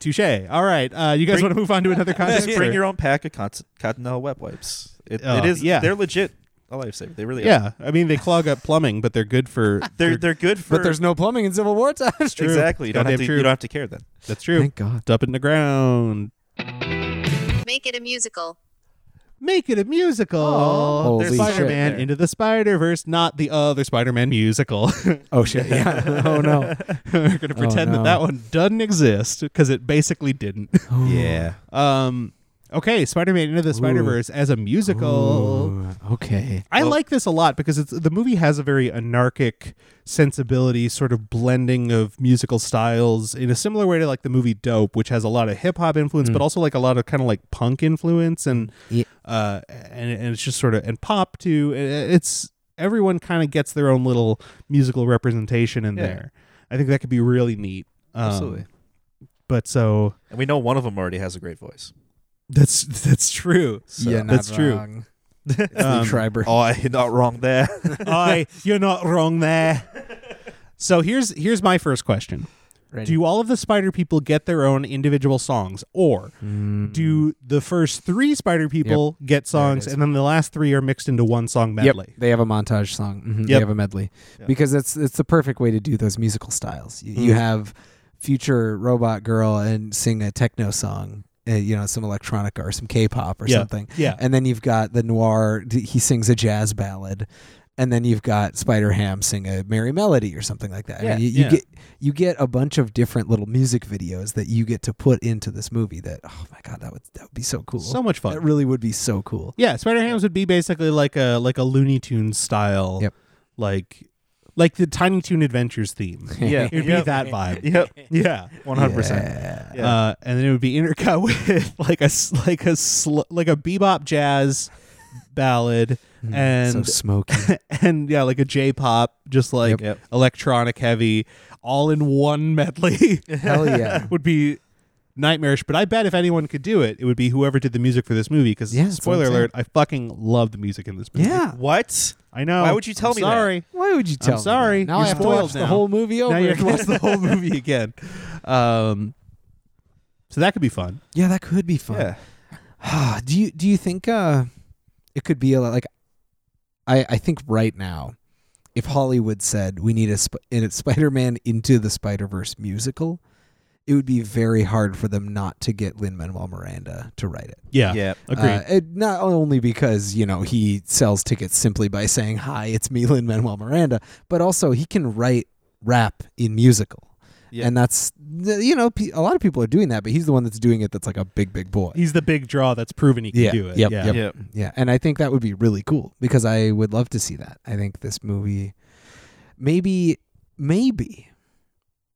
touche. All right, uh, you guys want to move on to another contest?
Just bring your own pack of cont- Cottonelle wet wipes. It,
Oh,
it is.
yeah.
they're legit. A lifesaver. They really are.
yeah, I mean they clog up plumbing, but they're good for.
They're they're good for.
but there's no plumbing in Civil War times.
true.
exactly. You don't
Goddamn
have to.
true.
You don't have to care then.
that's true.
Thank God.
Dump it in the ground.
Make it a musical.
Make it a musical.
Holy
There's Spider-Man
shit.
into the Spider-Verse, not the other Spider-Man musical.
Oh shit. Yeah. oh no.
We're gonna pretend
Oh, no.
that that one doesn't exist because it basically didn't.
Yeah.
Um, okay, Spider-Man into the Spider-Verse as a musical.
Ooh, okay.
I like this a lot because it's the movie has a very anarchic sensibility, sort of blending of musical styles in a similar way to like the movie Dope, which has a lot of hip hop influence,
Hmm.
but also like a lot of kind of like punk influence and
Yeah.
uh and, and it's just sort of and pop too. I- It's everyone kind of gets their own little musical representation in
Yeah.
there. I think that could be really neat. Um,
Absolutely.
But so
And we know one of them already has a great voice.
that's that's true.
So.
yeah,
that's true.
true. It's Lee
Um,
Schreiber.
Oh, I not wrong there.
I, you're not wrong there. So here's here's my first question.
Ready.
Do all of the spider people get their own individual songs, or
Mm.
do the first three spider people get songs,
is.
and then the last three are mixed into one song medley?
Yep, they have a montage song. Mhm, They
Yep.
have a medley because it's it's the perfect way to do those musical styles. You,
Mm-hmm.
you have future robot girl and sing a techno song, uh, you know, some electronica or some K-pop or
Yeah,
something.
yeah.
and then you've got the noir. d- He sings a jazz ballad. And then you've got Spider Ham sing a merry melody or something like that. I mean,
Yeah,
you, you
yeah.
get you get a bunch of different little music videos that you get to put into this movie. That oh my god, that would that would be so cool.
So much fun.
That really would be so cool.
Yeah, Spider Hams would be basically like a like a Looney Tunes style,
Yep.
like like the Tiny Toon Adventures theme.
Yeah.
it'd be
Yep.
that vibe.
Yep.
Yeah,
100%.
Yeah.
Yeah.
Uh, and then it would be intercut with like a s- like a sl- like a bebop jazz ballad
Hmm. so
and
smoky.
and yeah, like a J-pop, just like
Yep. Yep.
electronic heavy, all in one medley
Hell yeah.
would be nightmarish. But I bet if anyone could do it, it would be whoever did the music for this movie. Because
Yeah, that's what
spoiler
I'm saying.
alert, I fucking love the music in this movie.
Yeah.
What?
I know.
Why would you tell
I'm
me that?
Sorry.
Why would you tell me
sorry.
that? Now
You're
I have to
spoiled
watch the
now.
whole movie over.
Now you have to
again.
watch the whole movie again. Um, so that could be fun.
yeah, that could be fun.
Yeah.
do you do you think uh it could be a, like I I think right now if Hollywood said we need a sp- in a Spider-Man into the Spider-Verse musical, it would be very hard for them not to get Lin-Manuel Miranda to write it.
Yeah.
Yep.
Agreed.
Uh, it, not only because you know he sells tickets simply by saying hi, it's me, Lin Manuel Miranda, but also he can write rap in musical,
Yeah.
and that's you know pe- a lot of people are doing that, but he's the one that's doing it. That's like a big, big boy.
He's the big draw that's proven he can
Yeah.
do it.
Yep.
yeah.
Yep.
Yep.
Yeah, and I think that would be really cool because I would love to see that. I think this movie, maybe, maybe,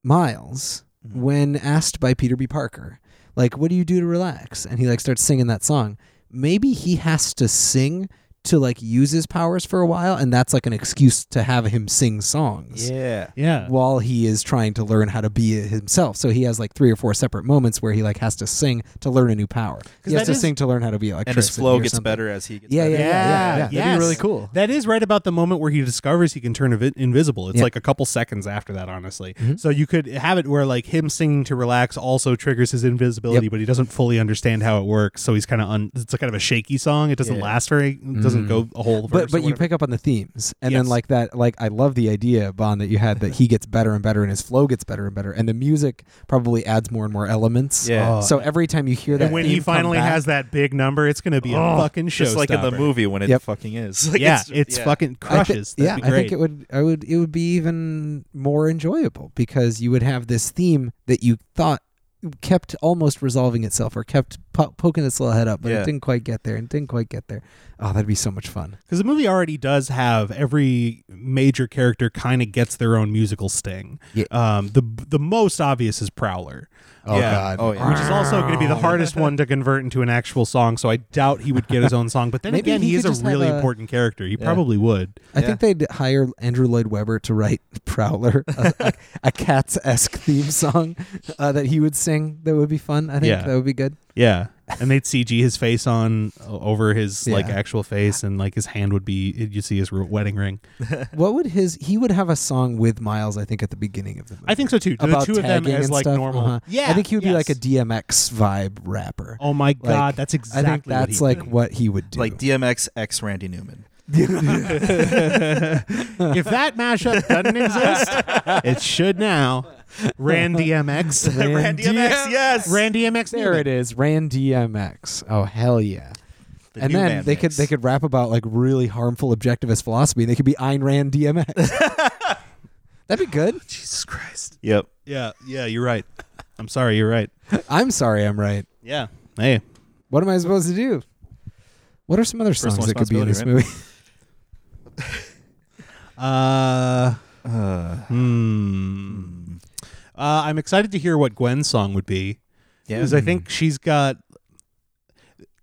Miles,
Mm-hmm.
when asked by Peter B. Parker, like, "What do you do to relax?" and he like starts singing that song. Maybe he has to sing to like use his powers for a while, and that's like an excuse to have him sing songs
Yeah.
Yeah.
while he is trying to learn how to be himself. So he has like three or four separate moments where he like has to sing to learn a new power. He has
that
to
is-
sing to learn how to be electric.
And his flow gets better as he gets
Yeah, yeah, yeah,
better.
yeah. yeah. That'd
yes.
be really cool.
That is right about the moment where he discovers he can turn invi- invisible. It's
Yeah. Mm-hmm.
like a couple seconds after that, honestly. So you could have it where like him singing to relax also triggers his invisibility,
Yep.
but he doesn't fully understand how it works. So he's kind of un- it's a kind of a shaky song. It doesn't
Yeah.
last very. It doesn't
Mm.
go a whole.
but
verse or
but you
whatever.
pick up on the themes, and then
Yes.
like that, like I love the idea, Bond, that you had that he gets better and better, and his flow gets better and better, and the music probably adds more and more elements.
Yeah.
Oh,
So every time you hear that,
and when he
theme come
finally
back- Oh.
has that big number, it's going to be a fucking show.
Just like in the movie when it
Yep.
fucking is. Like,
Yeah, it's
yeah.
fucking
I thi-
crushes. That'd
yeah,
be
I think
great.
it would. I would. It would be even more enjoyable because you would have this theme that you thought kept almost resolving itself or kept po- poking its little head up, but
Yeah.
it didn't quite get there and didn't quite get there. Oh, that'd be so much fun.
because the movie already does have every major character kind of gets their own musical sting.
Yeah.
Um, the the most obvious is Prowler,
Oh
Yeah.
God.
Oh, yeah.
which is also going to be the hardest one to convert into an actual song. So I doubt he would get his own song. But then
Maybe
again, he,
he
is
could
a
just have
really
a-
important character. He probably would.
I
Yeah.
think they'd hire Andrew Lloyd Webber to write Prowler, a, a, a cats esque theme song uh, that he would sing. That would be fun. I think
Yeah.
that would be good.
Yeah, and they'd CG his face on o- over his like
Yeah.
actual face, and like his hand would be you see his ro- wedding ring.
What would his? He would have a song with Miles. I think at the beginning of the movie.
I think so too. The
about
two of them
tagging
as
and
like
stuff.
normal.
Uh-huh.
Yeah,
I think he would be
yes.
like a DMX vibe rapper.
Oh my
Like,
god, that's exactly.
I think
what he
that's
would
like
be.
what he would do.
Like DMX X Randy Newman.
if that mashup doesn't exist, it should now. Ran DMX.
Randy DMX, yes.
Ran DMX.
there it is, Ran DMX. Oh hell yeah!
The
and
new
then
man
they could
mix.
they could rap about like really harmful objectivist philosophy. They could be Ayn Rand DMX. That'd be good.
Jesus Christ.
Yep.
Yeah, yeah, you're right. I'm sorry, you're right.
I'm sorry, I'm right.
Yeah. Hey.
What am I supposed to do? What are some other songs that could be in this
responsibility,
movie?
Uh,
Uh,
hmm. Uh, I'm excited to hear what Gwen's song would be.
yeah.
because I think she's got.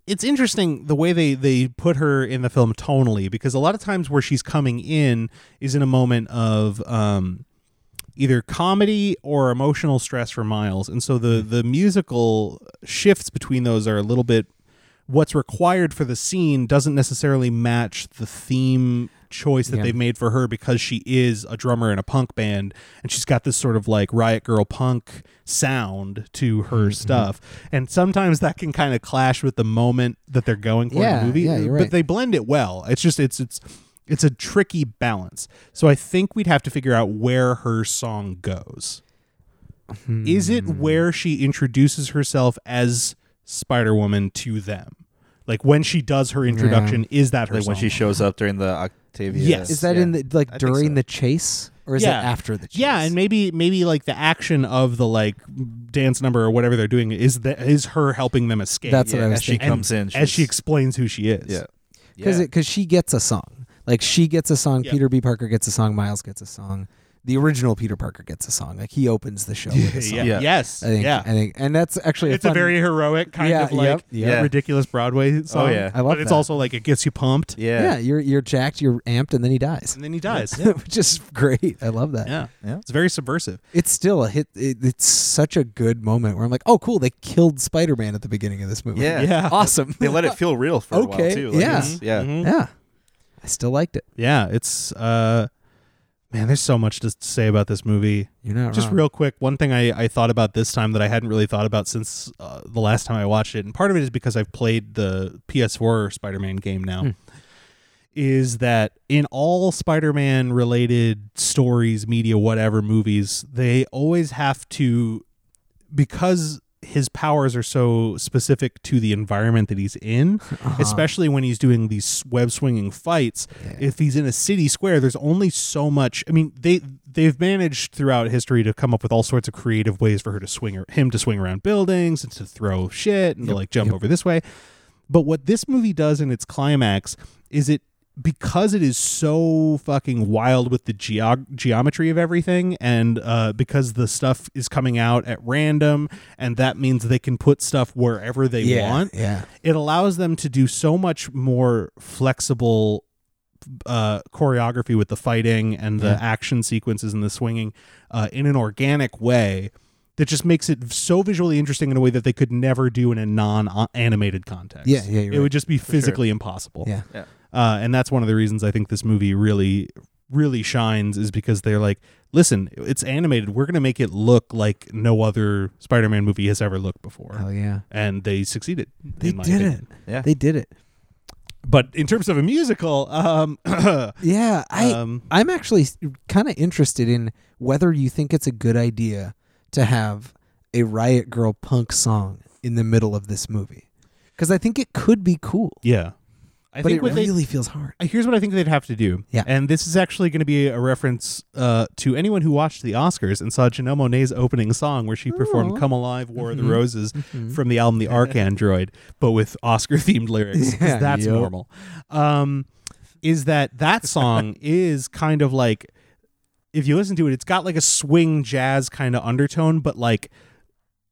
It's interesting the way they they put her in the film tonally because a lot of times where she's coming in is in a moment of um, either comedy or emotional stress for Miles, and so the the musical shifts between those are a little bit. What's required for the scene doesn't necessarily match the theme choice that
Yeah.
they've made for her because she is a drummer in a punk band and she's got this sort of like riot girl punk sound to her stuff. And sometimes that can kind of clash with the moment that they're going for in
Yeah,
the movie.
yeah, you're
but
right.
they blend it well. It's just it's it's it's a tricky balance. So I think we'd have to figure out where her song goes. Is it
Hmm.
where she introduces herself as Spider Woman to them? Like when she does her introduction, is that her
Like when
song?
she shows up during the Octavia.
Yes.
Is that
yeah.
in the like
I think
during
so.
the chase or is
Yeah.
it after the chase?
yeah, and maybe maybe like the action of the like dance number or whatever they're doing is the, is her helping them escape.
That's what I was
as she
thinking.
comes in,
as she
she's-
explains who she is.
Yeah.
because
Yeah.
because she gets a song. Like she gets a song.
Yeah.
Peter B. Parker gets a song. Miles gets a song. The original Peter Parker gets a song. Like he opens the show with a song.
Yeah.
Yeah.
Yes.
I think,
yeah.
I think, and that's actually a
it's a
fun-
very heroic kind
Yeah,
of like
yep, yep. Oh,
ridiculous Broadway song.
yeah.
I love
but it's
that.
also like it gets you pumped.
yeah.
yeah.
You're you're jacked. You're amped, and then he dies,
And then he dies.
which is great. I love that.
yeah.
Yeah.
It's very subversive.
It's still a hit. It, it's such a good moment where I'm like, oh, cool. They killed Spider Man at the beginning of this movie.
Yeah.
Yeah.
Awesome.
They let it feel real for a while
Okay,
too. Like,
yeah.
it's- yeah.
yeah. I still liked it.
yeah it's uh man there's so much to s- say about this movie
You're not
just
wrong.
real quick one thing I, I thought about this time that i hadn't really thought about since uh, the last time i watched it and part of it is because i've played the ps4 spider-man game
Hmm.
now is that in all spider-man related stories media whatever movies they always have to because his powers are so specific to the environment that he's in, especially when he's doing these web swinging fights. If he's in a city square, there's only so much. I mean, they they've managed throughout history to come up with all sorts of creative ways for her to swing or him to swing around buildings and to throw shit and to like jump over this way. But what this movie does in its climax is it because it is so fucking wild with the geog- geometry of everything and uh, because the stuff is coming out at random and that means they can put stuff wherever they
yeah,
want
Yeah.
it allows them to do so much more flexible uh, choreography with the fighting and the action sequences and the swinging uh, in an organic way that just makes it so visually interesting in a way that they could never do in a non-animated context.
Yeah, yeah, you're
it
right.
would just be physically impossible.
Yeah.
Yeah.
uh, and that's one of the reasons I think this movie really, really shines is because they're like, listen, it's animated. We're gonna make it look like no other Spider-Man movie has ever looked before,
Hell yeah.
and they succeeded.
They
in my
did
opinion
it.
Yeah.
They did it.
but in terms of a musical, um,
Yeah, I
Um,
I'm actually kind of interested in whether you think it's a good idea to have a Riot Girl punk song in the middle of this movie because I think it could be cool,
yeah, I
but
think
it
what they-
really feels hard.
here's what I think they'd have to do.
Yeah.
and this is actually going to be a reference uh, to anyone who watched the Oscars and saw Janelle Monae's opening song, where she performed
Oh.
"Come Alive, War of the Roses"
Mm-hmm.
from the album "The Arc Android," but with Oscar-themed lyrics. 'cause
Yeah,
that's
yep.
normal. Um, is that that song is kind of like if you listen to it, it's got like a swing jazz kind of undertone, but like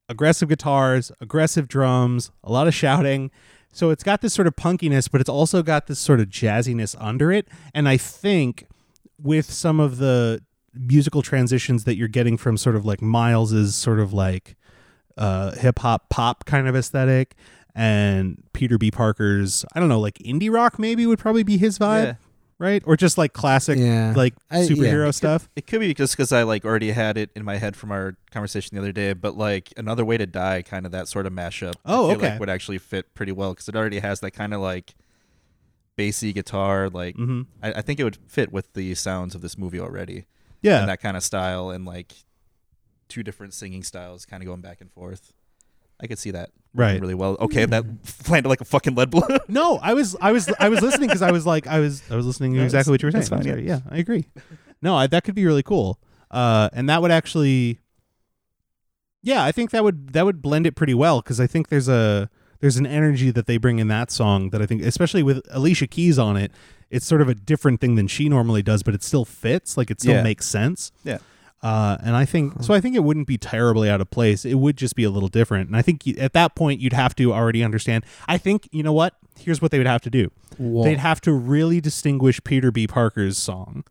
aggressive guitars, aggressive drums, a lot of shouting. So it's got this sort of punkiness, but it's also got this sort of jazziness under it. And I think with some of the musical transitions that you're getting from sort of like Miles's sort of like uh, hip hop pop kind of aesthetic and Peter B. Parker's, I don't know, like indie rock maybe would probably be his vibe,
Yeah.
right? Or just like classic,
Yeah.
like
I- yeah.
superhero stuff.
It could be just because I like already had it in my head from our conversation the other day, but like another way to die, kind of that sort of mashup. I
Oh,
feel
okay.
Like, would actually fit pretty well because it already has that kind of like bassy guitar. Like
Mhm.
I, I think it would fit with the sounds of this movie already.
Yeah.
And that kind of style and like two different singing styles, kind of going back and forth. I could see that
Right.
really well. Okay, that landed like a fucking lead balloon.
No, I was I was I was listening because I was like I was I was listening to
No,
exactly what you were saying.
that's fine,
I'm sorry. yeah. I agree. No, I, that could be really cool, uh, and that would actually, yeah, I think that would that would blend it pretty well because I think there's a there's an energy that they bring in that song that I think, especially with Alicia Keys on it, it's sort of a different thing than she normally does, but it still fits. Like it still
Yeah.
makes sense.
Yeah.
Uh, and I think so. I think it wouldn't be terribly out of place. It would just be a little different. And I think you, at that point you'd have to already understand. I think you know what. Here's what they would have to do.
Whoa.
They'd have to really distinguish Peter B. Parker's song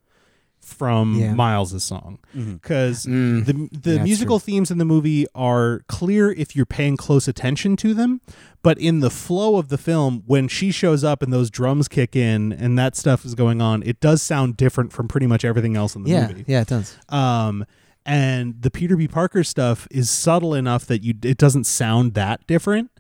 from
Yeah.
Miles's song because
Mm.
the the
that's
musical themes in the movie are clear if you're paying close attention to them, but in the flow of the film, when she shows up and those drums kick in and that stuff is going on, it does sound different from pretty much everything else in the
yeah,
movie.
yeah, it does.
Um, and the Peter B. Parker stuff is subtle enough that you it doesn't sound that different.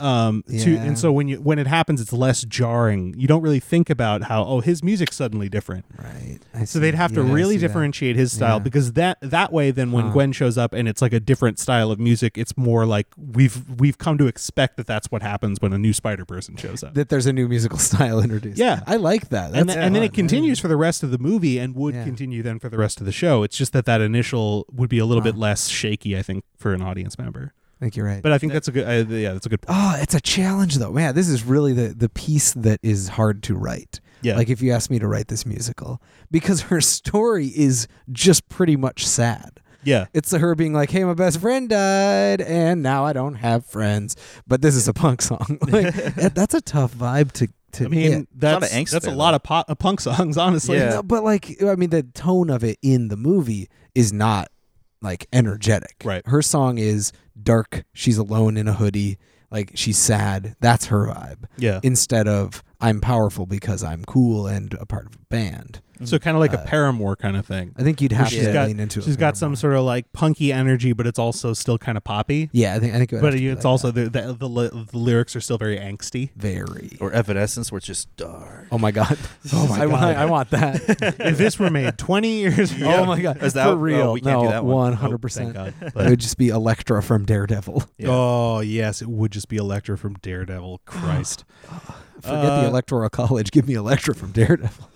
Um, to,
Yeah.
and so when you when it happens, it's less jarring. You don't really think about how oh his music's suddenly different.
Right. I
So
see.
they'd have to
Yeah, I
really
see that.
differentiate his style
Yeah.
because that that way then when
Huh.
Gwen shows up and it's like a different style of music, it's more like we've we've come to expect that that's what happens when a new Spider Person shows up.
that there's a new musical style introduced.
Yeah.
I like that.
and,
That's
th- and then
fun.
it continues for the rest of the movie and would
Yeah.
continue then for the rest of the show. It's just that that initial would be a little bit less shaky, I think, for an audience member.
I think you're right.
But I think that's a good, uh, yeah, that's a good point.
oh, it's a challenge though. Man, this is really the the piece that is hard to write.
Yeah.
Like if you asked me to write this musical because her story is just pretty much sad.
Yeah,
It's her being like, "Hey, my best friend died, and now I don't have friends." But this is a punk song. Like, that- that's a tough vibe to to.
I mean
hit.
that's
of angst
that's
there,
a lot of pop, uh, punk songs, honestly.
Yeah.
No, but like, I mean, the tone of it in the movie is not like energetic.
Right.
Her song is dark. She's alone in a hoodie. Like she's sad. That's her vibe.
Yeah.
Instead of I'm powerful because I'm cool and a part of a band.
So kind of like a Paramore kind of thing.
Uh, I think you'd have
She's
to
got
lean into it.
she's got
more.
some sort of like punky energy, but it's also still kind of poppy.
Yeah, I think I think. It would
But
have to be
it's
like
also the, the the li- the lyrics are still very angsty.
that. very.
or Evanescence, where it's just dark.
Oh my god. Oh my I, want-
God.
I want that.
if this were made twenty years ago,
Oh my god.
Is that-
For
oh,
real?
we can't
no,
do that one.
one
Oh,
hundred
thank
percent.
God. But-
It would just be Elektra from Daredevil.
Yeah.
Oh yes, it would just be Electra from Daredevil. Christ.
Forget the
Uh,
Electoral College. Give me Electra from Daredevil.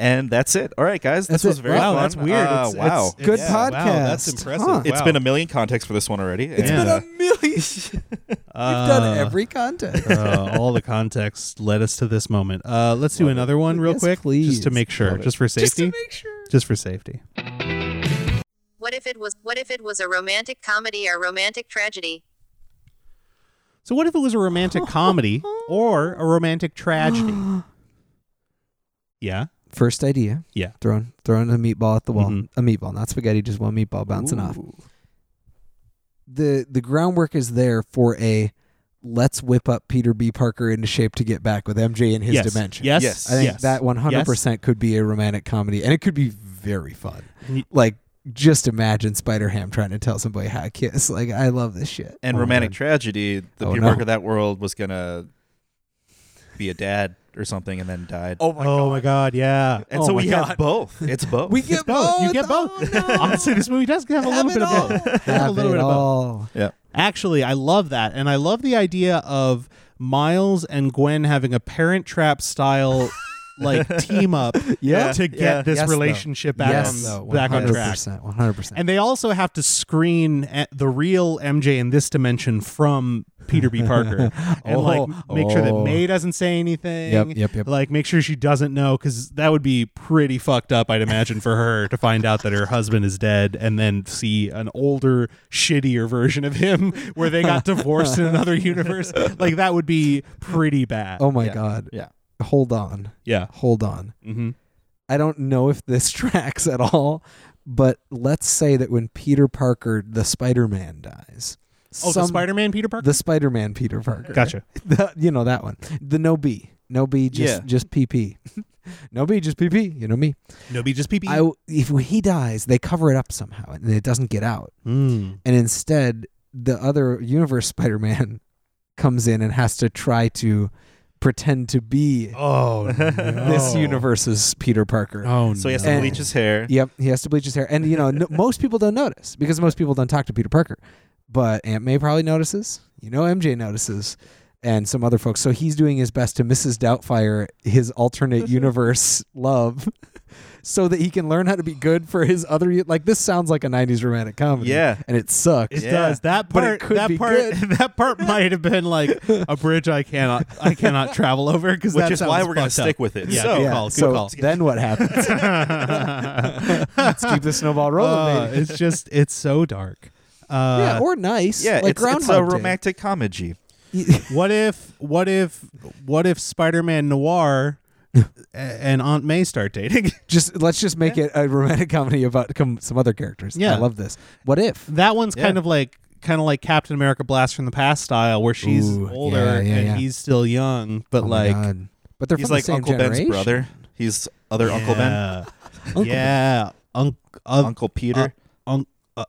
And that's it. All right, guys, this
That's
was
it.
very
wow,
fun.
that's weird.
Uh,
It's-
wow,
it's-
Ah, Good
it's- wow, that's
podcast.
impressive.
Huh.
Wow.
it's been a million contexts for this one already. It's
been a
million. We've done every contest.
uh, all the context led us to this moment. Uh, let's do another one real
Yes,
quick, just to
please.
make sure,
Love it.
just for
Just to
safety,
make sure.
just for safety.
What if it was what if it was a romantic comedy or romantic tragedy?
So, what if it was a romantic comedy or a romantic tragedy? yeah,
First idea.
Yeah.
Throwing throwing a meatball at the wall.
Mhm.
A meatball, not spaghetti, just one meatball bouncing off.
Ooh.
The the groundwork is there for a let's whip up Peter B. Parker into shape to get back with MJ in his
yes.
dimension.
Yes,
Yes.
I think
yes.
that 100% could be a romantic comedy and it could be very fun.
And you-
Like just imagine Spider-Ham trying to tell somebody how to kiss. Like I love this shit.
and
Oh,
romantic
man.
tragedy. The
Oh,
Peter
no.
Parker of that world was gonna be a dad or something, and then died.
Oh
Oh my god, yeah.
and
oh
so
my
we
God.
have both. It's both.
We get
It's both.
both. Oh,
You get both. Honestly, this movie does have a little bit of both. It has a
Have
little
it
bit of both.
all.
yeah.
Actually, I love that. And I love the idea of Miles and Gwen having a parent trap style like team up
Yeah.
to get
Yeah.
this
Yes, though.
relationship back,
yes,
on,
though,
back on track.
100%, 100%.
And they also have to screen at the real MJ in this dimension from Peter B. Parker and like
Oh,
make sure that
oh.
May doesn't say anything.
Yep, yep, yep.
Like make sure she doesn't know because that would be pretty fucked up, I'd imagine, for her to find out that her husband is dead and then see an older, shittier version of him where they got divorced in another universe. Like that would be pretty bad.
oh my
Yeah.
god.
Yeah.
Hold on.
yeah.
Hold on.
Mm-hmm.
I don't know if this tracks at all, but let's say that when Peter Parker, the Spider-Man, dies,
Oh,
some-
the Spider-Man Peter Parker.
the Spider-Man Peter Parker,
Gotcha.
The- you know that one, the no B, no B, just
Yeah.
just PP, no B, just PP. You know me.
No, be just PP.
I w if when he dies, they cover it up somehow, and it doesn't get out.
Mm.
And instead, the other universe Spider-Man comes in and has to try to pretend to be
Oh,
this
no.
universe's Peter Parker.
Oh,
So he has
no.
to
And-
bleach his hair.
Yep, he has to bleach his hair, and you know, no, most people don't notice because most people don't talk to Peter Parker, but Aunt May probably notices. You know, MJ notices, and some other folks. So he's doing his best to Mrs. Doubtfire, his alternate universe love, so that he can learn how to be good for his other. u- Like this sounds like a '90s romantic comedy.
Yeah.
and it sucks.
It
Yeah.
does that
But it
part.
could
that
be
part.
good.
That part might have been like a bridge I cannot. I cannot travel over because
Which is why we're
going
gonna
to
stick with it.
Yeah.
So-
good
yeah.
call. Good
so
call.
then what happens? Let's keep the snowball rolling,
Uh,
baby.
it's just. It's so dark.
yeah,
Uh,
or nice.
Yeah,
like
it's, it's a
Groundhog Day.
romantic comedy.
what if? What if? What if Spider-Man Noir a- and Aunt May start dating.
Just let's just make it a romantic comedy about com- some other characters.
Yeah.
I love this. What if?
that one's kind of like kind of like Captain America Blast from the Past style, where she's
Ooh,
older
yeah, yeah,
and
yeah.
he's still young, but
Oh my
like
God. but they're
He's
from
like
the same
Uncle
generation.
Ben's brother. He's other Uncle Ben.
Uncle yeah, Unc- oth-
Uncle Peter.
unc- uh,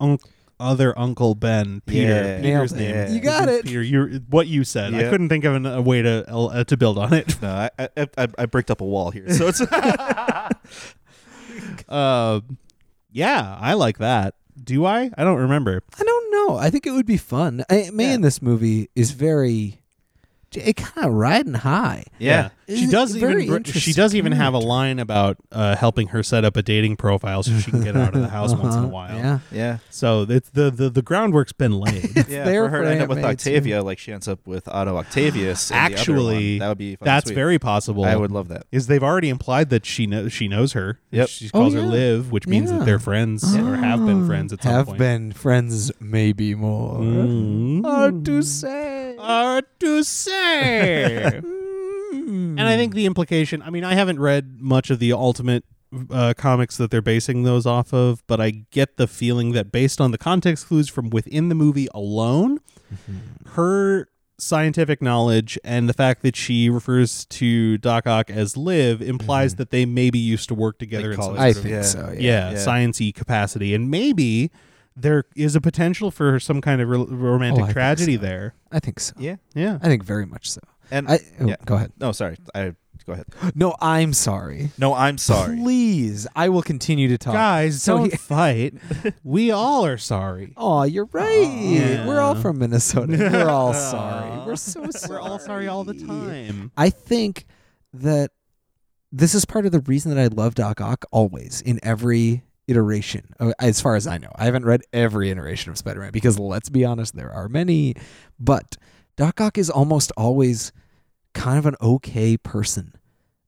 unc- other Uncle Ben, Peter.
Yeah.
Peter's
Nailed it.
name.
Yeah.
You got it.
Peter, you're what you said. I
Yeah.
couldn't think of an, a way to uh, to build on it.
no, I, I I I bricked up a wall here. So it's
Uh, yeah, I like that. Do I? I don't remember.
I don't know. I think it would be fun. I, May in this movie is very, it kind of riding high.
yeah.
She
It's
does
very
even br- she
interesting Mm.
does even have a line about uh, helping her set up a dating profile so she can get out of the house once in a
Uh-huh.
while.
Yeah.
Yeah.
So it's the, the the groundwork's been laid.
Yeah,
there
for her
for
to end
Aunt
up with
May, too.
Octavia, like she ends up with Otto Octavius. in the other one.
Actually,
that would be fucking
That's
sweet.
very possible.
I would love that.
is they've already implied that she knows she knows her.
Yep.
She
Oh,
calls her
yeah.
Liv, which means
Yeah. Ah.
that they're friends or have been friends at some
have
point.
been friends, maybe more.
Mm.
Hard to say.
Hard to say.
Mm.
And I think the implication, I mean, I haven't read much of the ultimate uh, comics that they're basing those off of, but I get the feeling that based on the context clues from within the movie alone,
Mm-hmm.
her scientific knowledge and the fact that she refers to Doc Ock as Liv implies
Mm-hmm.
that they maybe used to work together in some
college
sort
I
of
think
Yeah.
so. Yeah.
yeah,
yeah.
sciencey capacity and maybe there is a potential for some kind of ro-
Oh, I
romantic
think
tragedy
so.
there
I think so.
Yeah.
yeah
I think very much so.
And
I oh,
Yeah.
go ahead.
no, sorry. I go ahead.
No, I'm sorry.
No, I'm sorry.
Please, I will continue to talk.
guys
Oh, So
don't
he-
fight we all are sorry
Oh, you're right.
Yeah.
We're all from Minnesota. We're all sorry. We're so sorry.
we're all sorry all the time
I think that this is part of the reason that I love Doc Ock always in every iteration. uh, As far as I know, I haven't read every iteration of Spider-Man because let's be honest, there are many, but Doc Ock is almost always kind of an okay person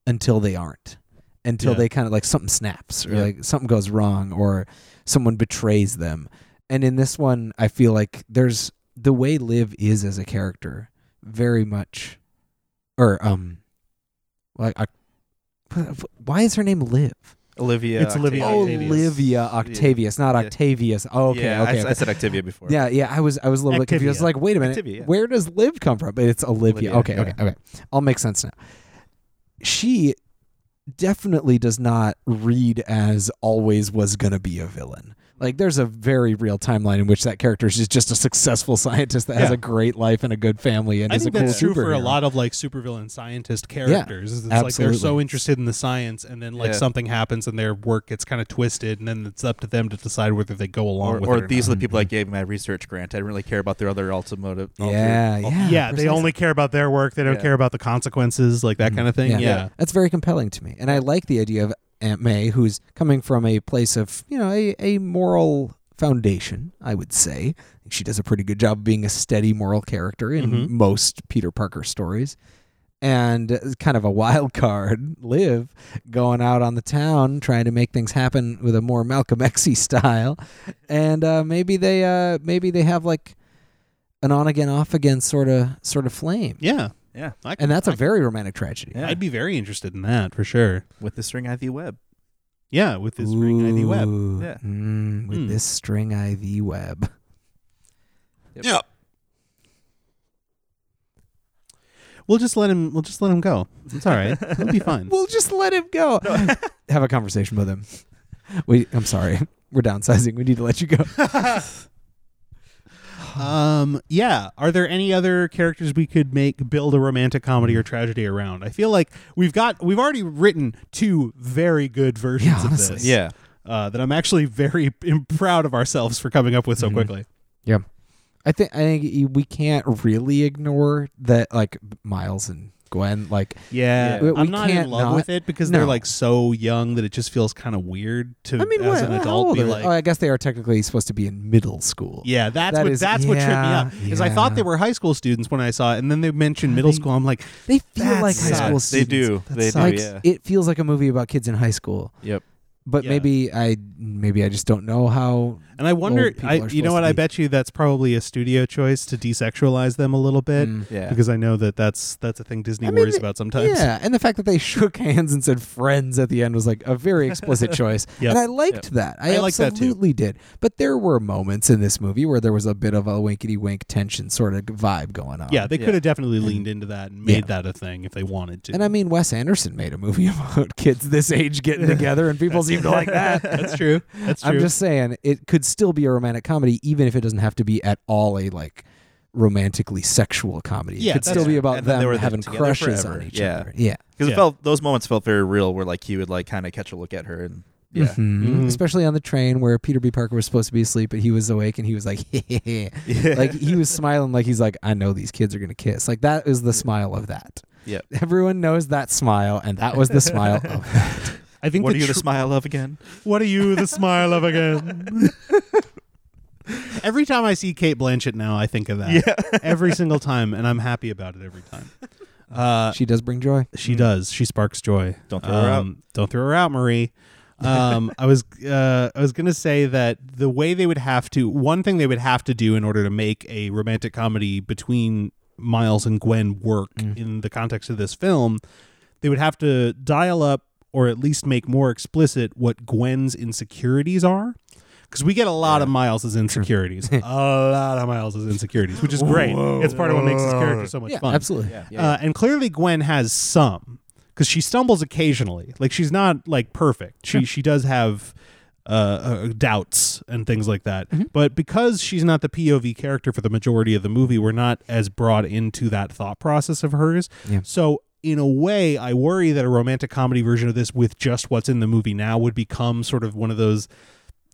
until they aren't. Until
Yeah.
they kind of like something snaps or
Yeah.
like something goes wrong or someone betrays them. And in this one, I feel like there's the way Liv is as a character very much or um like I, why is her name Liv?
Olivia.
It's Olivia
Octavia.
Octavius.
Olivia Octavius, not
Yeah.
Octavius. Oh, okay,
yeah, I
okay.
s- I,
okay.
said Octavia before.
yeah, yeah, I was I was a little bit confused. I was
Activia.
like, wait a minute.
Activia, yeah.
Where does Liv come from? But it's Olivia.
Olivia,
okay,
yeah.
okay, okay. All makes sense now. She definitely does not read as always was going to be a villain. Like there's a very real timeline in which that character is just a successful scientist that has
Yeah.
a great life and a good family and
I
is
think
a cool
that's true for a
superhero.
lot of like supervillain scientist characters. it's like they're so
absolutely.
interested in the science, and then like
Yeah.
something happens, and their work gets kind of twisted, and then it's up to them to decide whether they go along
Or,
with it
or
or
these
not.
are the people I gave my research grant. I didn't really care about their other ultimative.
Mm-hmm. Yeah,
alter-
yeah.
yeah, they
precisely.
only care about their work. They don't
Yeah.
care about the consequences, like that kind of thing. Mm-hmm. yeah.
That's very compelling to me. And I like the idea of Aunt May, who's coming from a place of, you know, a, a moral foundation, I would say. She does a pretty good job of being a steady moral character in
Mhm.
most Peter Parker stories. And uh, kind of a wild card, Liv, going out on the town trying to make things happen with a more Malcolm X style. And uh, maybe they uh, maybe they have like an on again off again sort of sort of flame.
Yeah.
Yeah.
I
And that's
a
a very romantic tragedy.
Yeah.
I'd be very interested in that for sure.
With the string IV web.
Yeah, with this ring ivy web.
Ooh.
Yeah.
Mm, with
Mm.
this string IV web.
Yep.
We'll just let him we'll just let him go. It's all right. It'll be fine.
We'll just let him go. Have a conversation with him. We, I'm sorry. We're downsizing. We need to let you go.
Um yeah, are there any other characters we could make build a romantic comedy or tragedy around? I feel like we've got we've already written two very good versions
Yeah,
of
honestly.
this.
Yeah.
Uh, that I'm actually very im- proud of ourselves for coming up with so quickly.
I think I think y- we can't really ignore that, like Miles and Gwen. Like,
Yeah,
We- we
I'm not in
can't
love
not-
with it because
No.
they're like so young that it just feels kind of weird to
I mean,
as
what,
an
how
adult
old
be
are they?
like,
oh, I guess they are technically supposed to be in middle school.
Yeah, that's
That
what
is-
that's what tripped me
yeah,
up. Is I thought
yeah.
they were high school students when I saw it, and then they mentioned middle school. I'm like,
they feel
That
like high
sucks.
school
They
students.
do.
That
they
sucks.
Like,
do. Yeah.
it feels like a movie about kids in high school.
Yep.
but
Yeah.
maybe I maybe I just don't know how.
And I wonder,
Old people
I,
are
you know
supposed
what?
to
I
be-
bet you that's probably a studio choice to desexualize them a little bit
Mm.
Yeah.
because I know that that's that's a thing Disney
I mean,
worries about sometimes.
Yeah, and the fact that they shook hands and said friends at the end was like a very explicit choice,
Yep.
and I liked that. I,
I liked that too.
absolutely did. But there were moments in this movie where there was a bit of a winkety wink tension sort of vibe going on.
Yeah, they could
Yeah.
have definitely leaned into that and made
Yeah.
that a thing if they wanted to.
And I mean, Wes Anderson made a movie about kids this age getting together, and people seem to like that.
that's true. That's true.
I'm just saying it could still be a romantic comedy, even if it doesn't have to be at all a like romantically sexual comedy.
Yeah,
it could
that's
still be
true.
about
And then they
them
were
having
together
crushes
forever.
on each
Yeah.
other. Yeah,
Because
Yeah.
it felt those moments felt very real, where like he would like kind of catch a look at her, and yeah,
Mhm.
Mhm.
Especially on the train where Peter B. Parker was supposed to be asleep, but he was awake and he was like, like he was smiling, like he's like, I know these kids are gonna kiss. Like that is the smile of that.
Yep.
Everyone knows that smile, and that was the smile of that.
I think
what
the
are you
tr-
the smile of again?
What are you the smile of again? every time I see Kate Blanchett now, I think of that. Yeah. every single time, and I'm happy about it every time. Uh,
She does bring joy.
she does. She sparks joy. Um,
Mm. Don't throw her out.
Don't throw her out, Marie. Um, I was uh, I was gonna say that the way they would have to one thing they would have to do in order to make a romantic comedy between Miles and Gwen work
Mm.
in the context of this film, they would have to dial up or at least make more explicit what Gwen's insecurities are. Because we get a lot of Miles's insecurities, a lot of Miles's insecurities, which is great. it's part of what makes this character so much
Yeah,
fun.
absolutely.
Uh, and clearly Gwen has some because she stumbles occasionally. Like she's not like perfect. She she does have uh, uh, doubts and things like that.
Mm-hmm.
But because she's not the POV character for the majority of the movie, we're not as brought into that thought process of hers.
Yeah.
So. In a way, I worry that a romantic comedy version of this with just what's in the movie now would become sort of one of those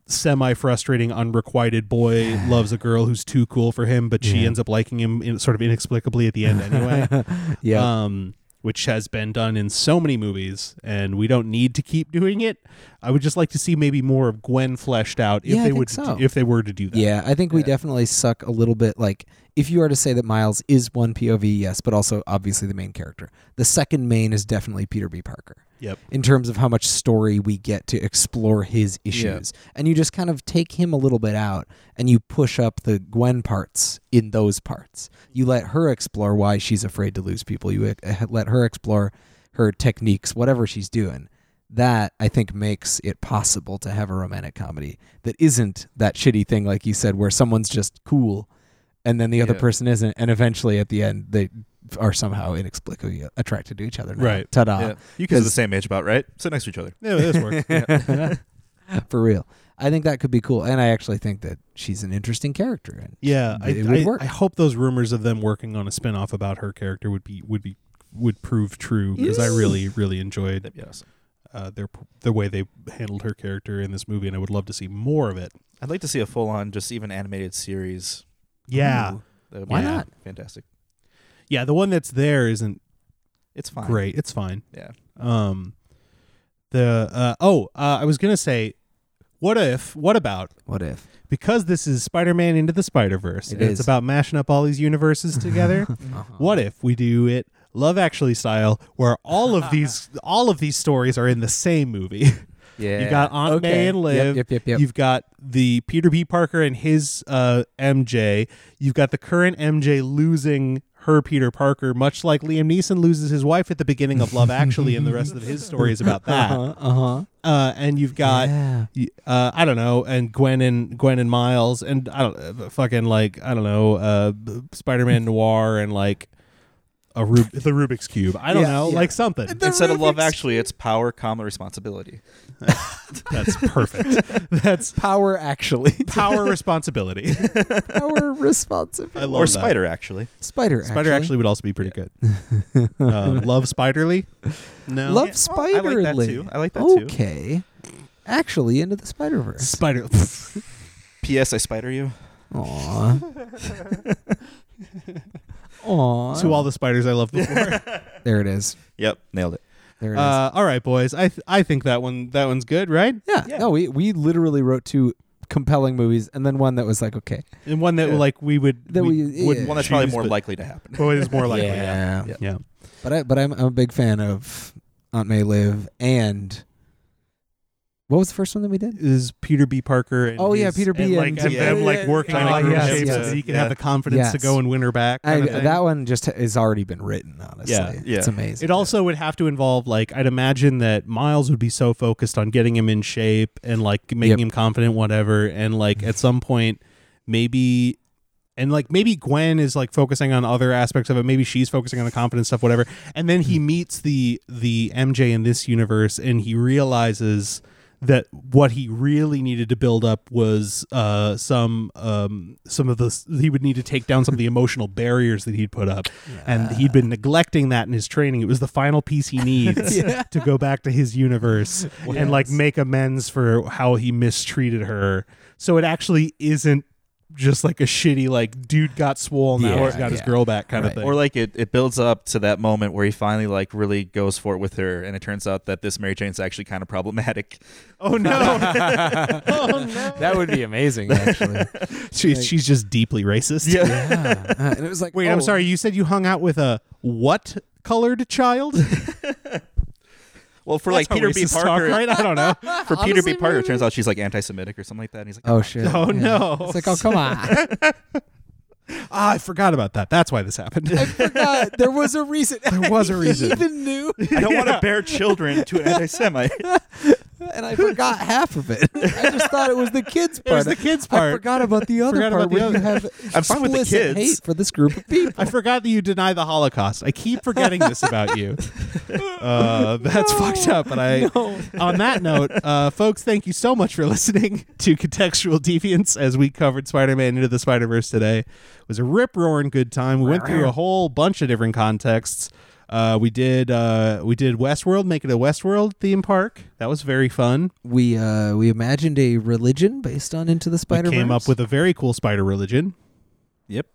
semi frustrating unrequited boy loves a girl who's too cool for him, but she
Yeah.
ends up liking him in, sort of inexplicably at the end anyway.
Yeah.
um, which has been done in so many movies, and we don't need to keep doing it. I would just like to see maybe more of Gwen fleshed out if
Yeah, I
they
think
would,
so.
if they were to do that.
Yeah, I think we definitely suck a little bit. Like, if you are to say that Miles is one POV, yes, but also obviously the main character. The second main is definitely Peter B. Parker
Yep.
in terms of how much story we get to explore his issues. And you just kind of take him a little bit out and you push up the Gwen parts in those parts. You let her explore why she's afraid to lose people. You uh, let her explore her techniques, whatever she's doing. That I think makes it possible to have a romantic comedy that isn't that shitty thing, like you said, where someone's just cool and then the other
Yeah.
person isn't. And eventually at the end, they are somehow inexplicably attracted to each other. now.
Right.
Ta da.
yeah. You guys are the same age, about right? Sit next to each other.
No, this works.
for real. I think that could be cool, and I actually think that she's an interesting character. And
Yeah, I,
It would
I,
work.
I hope those rumors of them working on a spin-off about her character would be would be would prove true because I really really enjoyed
That'd be awesome.
uh, their the way they handled her character in this movie, and I would love to see more of it.
I'd like to see a full-on, just even animated series.
Yeah,
That would
Why
be
not?
Fantastic.
yeah, the one that's there isn't
It's fine.
great. It's fine.
Yeah.
Um, the uh, oh, uh, I was gonna say, what if? What about?
what if?
Because this is Spider-Man into the Spider-Verse,
It
and it's
is.
about mashing up all these universes together. What if we do it Love Actually style, where all of these all of these stories are in the same movie?
Yeah.
You got Aunt
Okay.
May and Liv.
Yep, yep, yep, yep.
You've got the Peter B. Parker and his uh, MJ. You've got the current MJ losing her Peter Parker, much like Liam Neeson loses his wife at the beginning of Love Actually, and the rest of his story is about that.
Uh huh.
Uh, and you've got.
Yeah.
y- Uh, I don't know, and Gwen and Gwen and Miles, and I don't uh, fucking like I don't know, uh, Spider-Man Noir, and like a Rub- the Rubik's Cube. I don't
Yeah,
know,
yeah.
like something.
Instead of love, actually, it's power, comma, responsibility.
That's perfect. That's
Power actually.
power responsibility.
Power responsive.
I love
or
that.
spider, actually.
Spider.
Spider actually would also be pretty good. um, love Spiderly. No.
Love
Yeah, oh, I
Spider.
like that too. I like that too.
Okay. Actually, into the Spider Verse.
Spider.
P.S. I spider you.
Aw. Aw.
to all the spiders I loved before.
there it is.
Yep, nailed it.
There it is.
Uh, all right, boys. I th- I think that one that one's good, right?
yeah. No, we we literally wrote two compelling movies, and then one that was like, okay.
And one that like we would
That
we
we-
would
yeah.
One that's probably
choose,
more
but-
likely to happen.
Well, it is more likely. Yeah.
Yeah.
Yeah.
Yeah.
But I but I'm, I'm a big fan of Aunt May Live and What was the first one that we did?
is Peter B. Parker. And
Oh, yeah,
his-
Peter B.
and, like,
and-
and
Yeah.
them like working
Oh,
on a group
yes,
shape so
yes.
that he can
Yeah.
have the confidence to
Yes.
go and win her back.
I,
kind of thing.
that one just has already been written, honestly.
Yeah,
yeah.
It's amazing.
It also would have to involve like I'd imagine that Miles would be so focused on getting him in shape and like making
Yep.
him confident, whatever. And like at some point, maybe. And like maybe Gwen is like focusing on other aspects of it. Maybe she's focusing on the confidence stuff, whatever. And then he meets the the MJ in this universe, and he realizes that what he really needed to build up was uh, some um, some of the he would need to take down some of the emotional barriers that he'd put up, and he'd been neglecting that in his training. It was the final piece he needs to go back to his universe and like make amends for how he mistreated her. So it actually isn't just like a shitty like dude got swole now
Yeah,
he's got his
yeah.
girl back kind of
Right.
thing.
Or like it, it builds up to that moment where he finally like really goes for it with her, and it turns out that this Mary Jane's actually kind of problematic.
oh no,
that would be amazing, actually.
she, she's just deeply racist.
yeah. Uh, and it was like,
Wait,
oh,
I'm sorry. You said you hung out with a what colored child?
Well, for
That's
like
how
Peter B.
racists talk,
Parker,
right? I don't know.
for Peter B. Parker, it turns out she's like anti-Semitic or something like that. And he's like,
Oh shit!
Oh, no.
It's like, oh come on!
Ah, I forgot about that. That's why this happened.
God, there was a reason. There
was a reason.
even knew,
I don't want to bear children to an anti-Semite.
and I forgot half of it. I just thought it was the kids part.
was the kids part.
I forgot about the other
Forgot
part
about the
where you
other-
have
I'm fine with the
explicit
kids.
hate for this group of people.
I forgot that you deny the Holocaust. I keep forgetting this about you. Uh, that's fucked up. But I, on that note, uh, folks, thank you so much for listening to Contextual Deviance as we covered Spider-Man into the Spider-Verse today. It was a rip roaring good time. We went through a whole bunch of different contexts. Uh, we did uh, we did Westworld, make it a Westworld theme park. That was very fun.
We uh we imagined a religion based on Into the Spider
We came up with a very cool spider religion.
yep.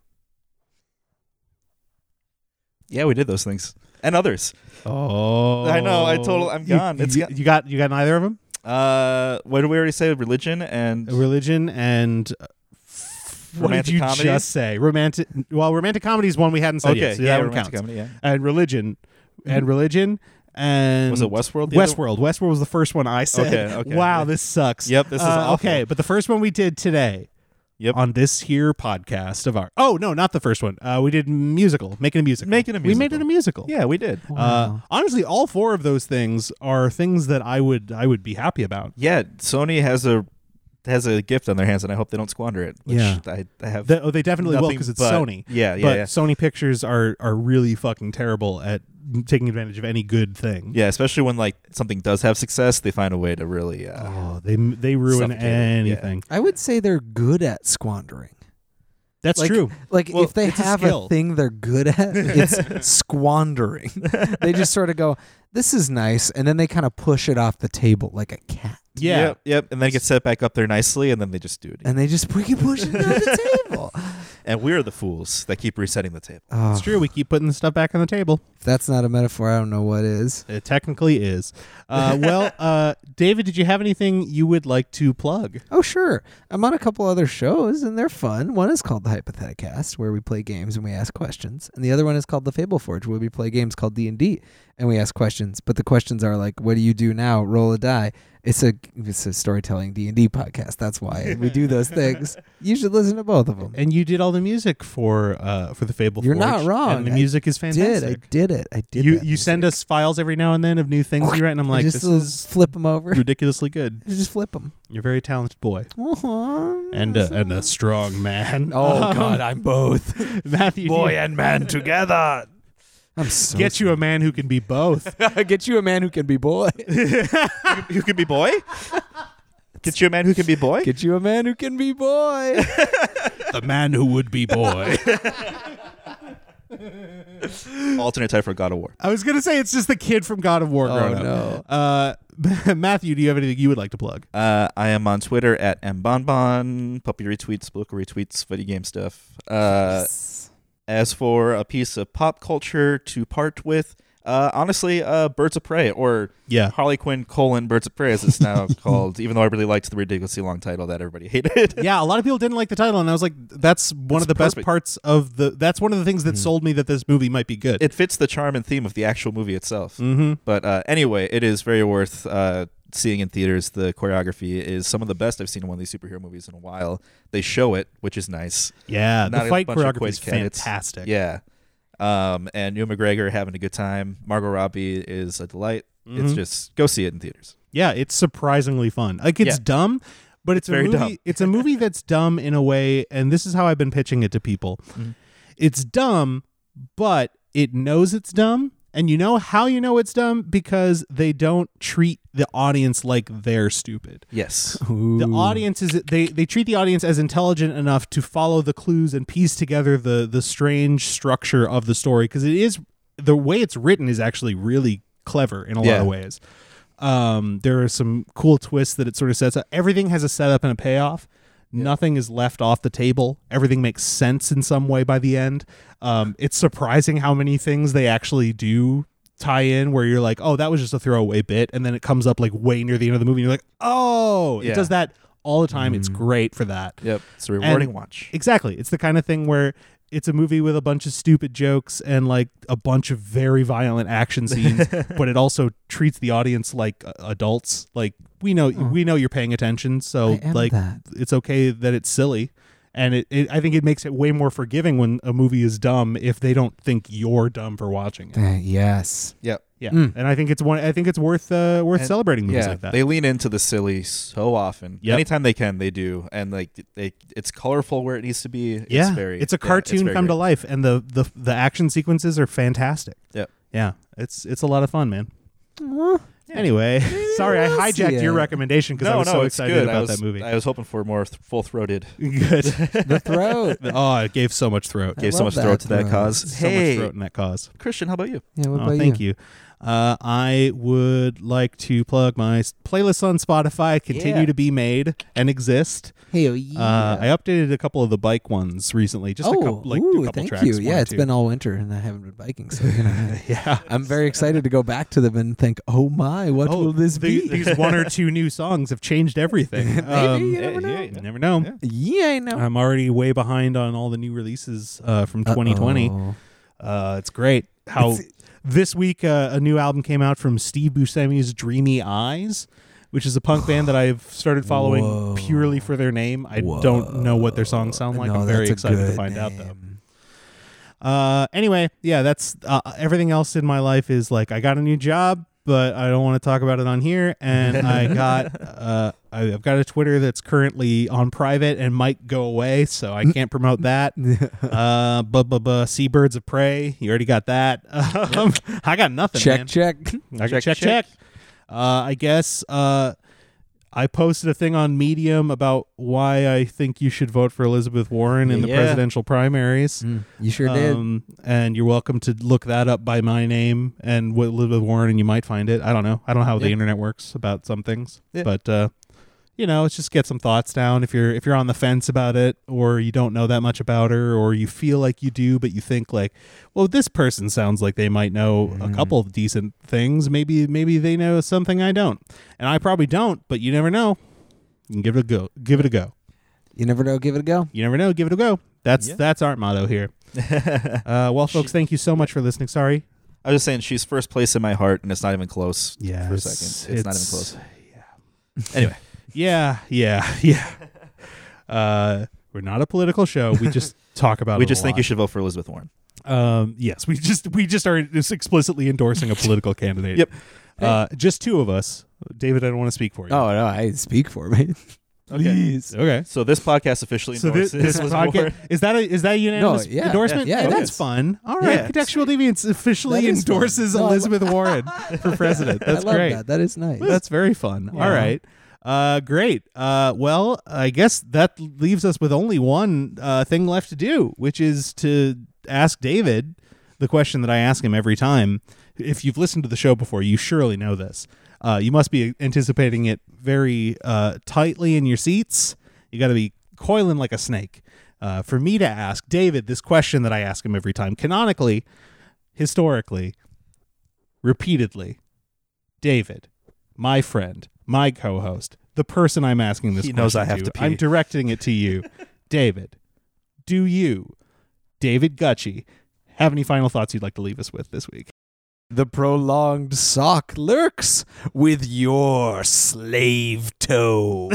Yeah, we did those things and others.
Oh,
I know, I total- I'm
You-
gone. It's
you,
go-
you got you got neither of them.
Uh, what did we already say? Religion and
Religion and uh, f- what did
Romantic
you
comedy?
just say? Romantic. Well, romantic comedy is one we hadn't said
okay,
yet, so
yeah,
that one
romantic
counts.
comedy, yeah. Mm-hmm.
And religion, and religion, and
Was it Westworld? the other-
Westworld. Westworld was the first one I said.
Okay, okay.
Wow, this sucks.
Yep, this is
Uh,
awful.
okay. But the first one we did today.
Yep.
On this here podcast of our oh no not the first one uh, we did musical making a musical
Making a
we made it a
Musical.
musical
Yeah, we did.
uh, honestly all four of those things are things that I would I would be happy about
Yeah, Sony has a has a gift on their hands, and I hope they don't squander it. Which
Yeah.
I, I have.
They, oh, they definitely will
Nothing
because it's
but-
Sony.
yeah, yeah,
But
yeah.
Sony Pictures are are really fucking terrible at taking advantage of any good thing.
yeah, especially when like something does have success, they find a way to really. Uh,
Oh, they they ruin
Suffocate it, yeah.
anything.
I would say they're good at squandering.
That's
like,
true.
Like
Well,
if they
it's a
have a,
skill.
thing they're good at, it's squandering. they just sort of go, "This is nice," and then they kind of push it off the table like a cat,
Yeah.
Yep, yep. And then it gets set back up there nicely, and then they just do it.
and they just keep pushing it off the table.
And we're the fools that keep resetting the table.
Oh,
It's true. We keep putting the stuff back on the table.
if that's not a metaphor. I don't know what is.
It technically is. Uh, well, uh, David, did you have anything you would like to plug?
Oh, sure. I'm on a couple other shows, and they're fun. One is called the Hypotheticast, where we play games and we ask questions, and the other one is called the Fable Forge, where we play games called D and D, and we ask questions. But the questions are like, "What do you do now? Roll a die." It's a it's a storytelling D and D podcast. That's why we do those things. You should listen to both of them.
And you did all the music for uh, for the Fable.
You're
Forge,
not wrong.
And the
I
music is
Did
fantastic.
I did it? I did.
you
that
you send us files every now and then of new things you write, and I'm
music.
like,
just
this
uh,
is
flip them over.
ridiculously good.
just flip them.
You're a very talented boy.
Oh
and a, and a strong man.
God, I'm both
Matthew, do you-
and man together. I'm so
get you a man who can be both.
get you a man who can be boy.
who can be boy? Get you a man who can be boy?
Get you a man who can be boy.
the man who would be boy.
Alternate title for God of War.
I was gonna say it's just the kid from God of War.
oh
grown up.
no.
Uh, Matthew, do you have anything you would like to plug?
Uh, I am on Twitter at mbonbon. Puppy retweets, book retweets, video game stuff. Uh, As for a piece of pop culture to part with, uh, honestly, uh, Birds of Prey or
Yeah.
Harley Quinn colon Birds of Prey as it's now called. Even though I really liked the ridiculously long title that everybody hated.
Yeah, a lot of people didn't like the title, and I was like, "That's one of the best
perfect.
parts of the. That's one of the things that sold me that this movie might be good."
it fits the charm and theme of the actual movie itself.
mm-hmm.
But uh, anyway, it is very worth uh, seeing in theaters. The choreography is some of the best I've seen in one of these superhero movies in a while. They show it, which is nice.
Yeah,
Not
the
a
fight
bunch of
choreography is
quick edits.
fantastic.
Yeah. Um, and Ewan McGregor having a good time. Margot Robbie is a delight.
Mm-hmm.
It's just go see it in theaters.
Yeah, it's surprisingly fun. Like it's
Yeah.
dumb, but it's, a
very
movie.
dumb.
it's a movie that's dumb in a way, and this is how I've been pitching it to people.
Mm-hmm.
It's dumb, but it knows it's dumb, and you know how you know it's dumb because they don't treat the audience like they're stupid.
Yes.
The audience is they they treat the audience as intelligent enough to follow the clues and piece together the the strange structure of the story because it is the way it's written is actually really clever in a lot
Yeah.
of ways. Um, there are some cool twists that it sort of sets up. Everything has a setup and a payoff. Nothing is left off the table. Everything makes sense in some way by the end. Um, it's surprising how many things they actually do tie in where you're like, oh, that was just a throwaway bit. And then it comes up like way near the end of the movie. And you're like, oh,
Yeah.
it does that all the time. It's great for that.
Yep. It's a rewarding
And-
watch.
Exactly. It's the kind of thing where it's a movie with a bunch of stupid jokes and like a bunch of very violent action scenes, but it also treats the audience like uh, adults. Like we know we know you're paying attention, so
I am
like
that.
it's okay that it's silly. And it, it, I think it makes it way more forgiving when a movie is dumb if they don't think you're dumb for watching it.
Uh, yes.
Yep.
Yeah, and I think it's one. I think it's worth uh, worth celebrating movies
yeah,
like that.
They lean into the silly so often.
Yep.
Anytime they can, they do. And like they it's colorful where it needs to be.
yeah,
It's very
a cartoon come to life, and the, the the action sequences are fantastic.
Yep.
Yeah, it's it's a lot of fun, man. Anyway, sorry I
Yes,
hijacked
yeah.
your recommendation because
No,
I was
no,
so
it's
excited
good. I
about
was,
that movie.
I was hoping for more th- full throated.
Good.
The throat.
oh, it gave so much throat.
Gave so
love
much
that
throat to that
throat.
cause.
so
hey,
much throat in that cause.
Christian, how about you?
yeah, what
Oh,
about
thank
you?
you. Uh, I would like to plug my s- playlists on Spotify continue
Yeah.
to be made and exist.
Hey, oh, yeah.
Uh, I updated a couple of the bike ones recently. Just
oh,
a couple, like
ooh,
a couple
thank
tracks.
you.
one
Yeah,
or
it's
two.
been all winter and I haven't been biking, so you know,
yeah.
I'm very excited to go back to them and think, oh my, what will this
the-
be?
These one or two new songs have changed everything. Maybe
you never know.
You never know.
yeah, I know.
I'm already way behind on all the new releases uh, from 2020.
Uh-oh.
Uh, it's great how this week uh, a new album came out from Steve Buscemi's Dreamy Eyes, which is a punk band that I've started following
Whoa.
purely for their name. I don't know what their songs sound like.
No,
I'm very
that's a
excited to
good
find out though.
name.
Uh, anyway, yeah, that's uh, everything else in my life is like I got a new job, but I don't want to talk about it on here. And I got uh, I, I've got a Twitter that's currently on private and might go away, so
Mm.
I can't promote that. uh, bu- bu- bu- Seabirds of Prey, you already got that. Um, I got nothing.
Check,
man.
check.
I got
Check,
check, check.
check.
Uh, I guess uh, I posted a thing on Medium about why I think you should vote for Elizabeth Warren in the
Yeah. Mm.
presidential primaries.
You sure did.
Hmm. Um, and you're welcome to look that up by my name and with Elizabeth Warren, and you might find it. I don't know. I don't know how the internet works about some things,
Yeah.
but uh, you know, it's just get some thoughts down. If you're if you're on the fence about it, or you don't know that much about her, or you feel like you do, but you think like, well, this person sounds like they might know
Mm.
a couple of decent things. Maybe maybe they know something I don't, and I probably don't. But you never know. You can give it a go. Give it a go
You never know. Give it a go.
you never know. Give it a go. That's that's our motto here. uh, well, folks, thank you so much for listening. Sorry.
I was just saying she's first place in my heart, and it's not even close.
Yeah,
for a
it's-
second, it's, not even
it's-
close. Yeah. Anyway,
Yeah, yeah, yeah. Uh, we're not a political show. We just talk about.
we
it
just
a
think you
lot.
should vote for Elizabeth Warren.
Um, yes, we just we just are just explicitly endorsing a political candidate.
Yep.
Uh, just two of us. David, I don't want to speak for you.
Oh no, I speak for me. Please.
okay.
So this podcast officially
So this,
endorses
this
Elizabeth
podcast
Warren.
is that a, is that a unanimous
yeah,
endorsement?
yeah, it
that's
is.
fun. All right,
Yeah.
contextual deviance officially
That is fun.
endorses
No, I lo-
Elizabeth Warren for president. That's
I love
great.
that. That is nice.
That's very fun. All right. Uh, great. Uh, well, I guess that leaves us with only one uh, thing left to do, which is to ask David the question that I ask him every time. If you've listened to the show before, you surely know this. Uh, you must be anticipating it very uh, tightly in your seats. You got to be coiling like a snake. Uh, for me to ask David this question that I ask him every time, canonically, historically, repeatedly, David, my friend, my co-host, the person I'm asking this
He
question
knows I have to pee.
I'm directing it to you, David. Do you, David Gucci, have any final thoughts you'd like to leave us with this week? the prolonged sock lurks with your slave toe.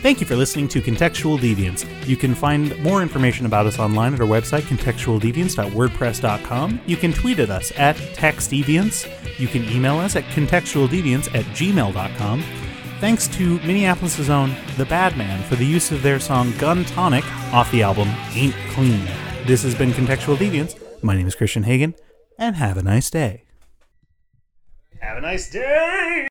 Thank you for listening to Contextual Deviance. You can find more information about us online at our website, contextualdeviance.wordpress.com. You can tweet at us at textdeviance. You can email us at contextualdeviance at gmail.com. Thanks to Minneapolis's own The Bad Man for the use of their song Gun Tonic off the album Ain't Clean. This has been Contextual Deviance. My name is Christian Hagen, and have a nice day. Have a nice day!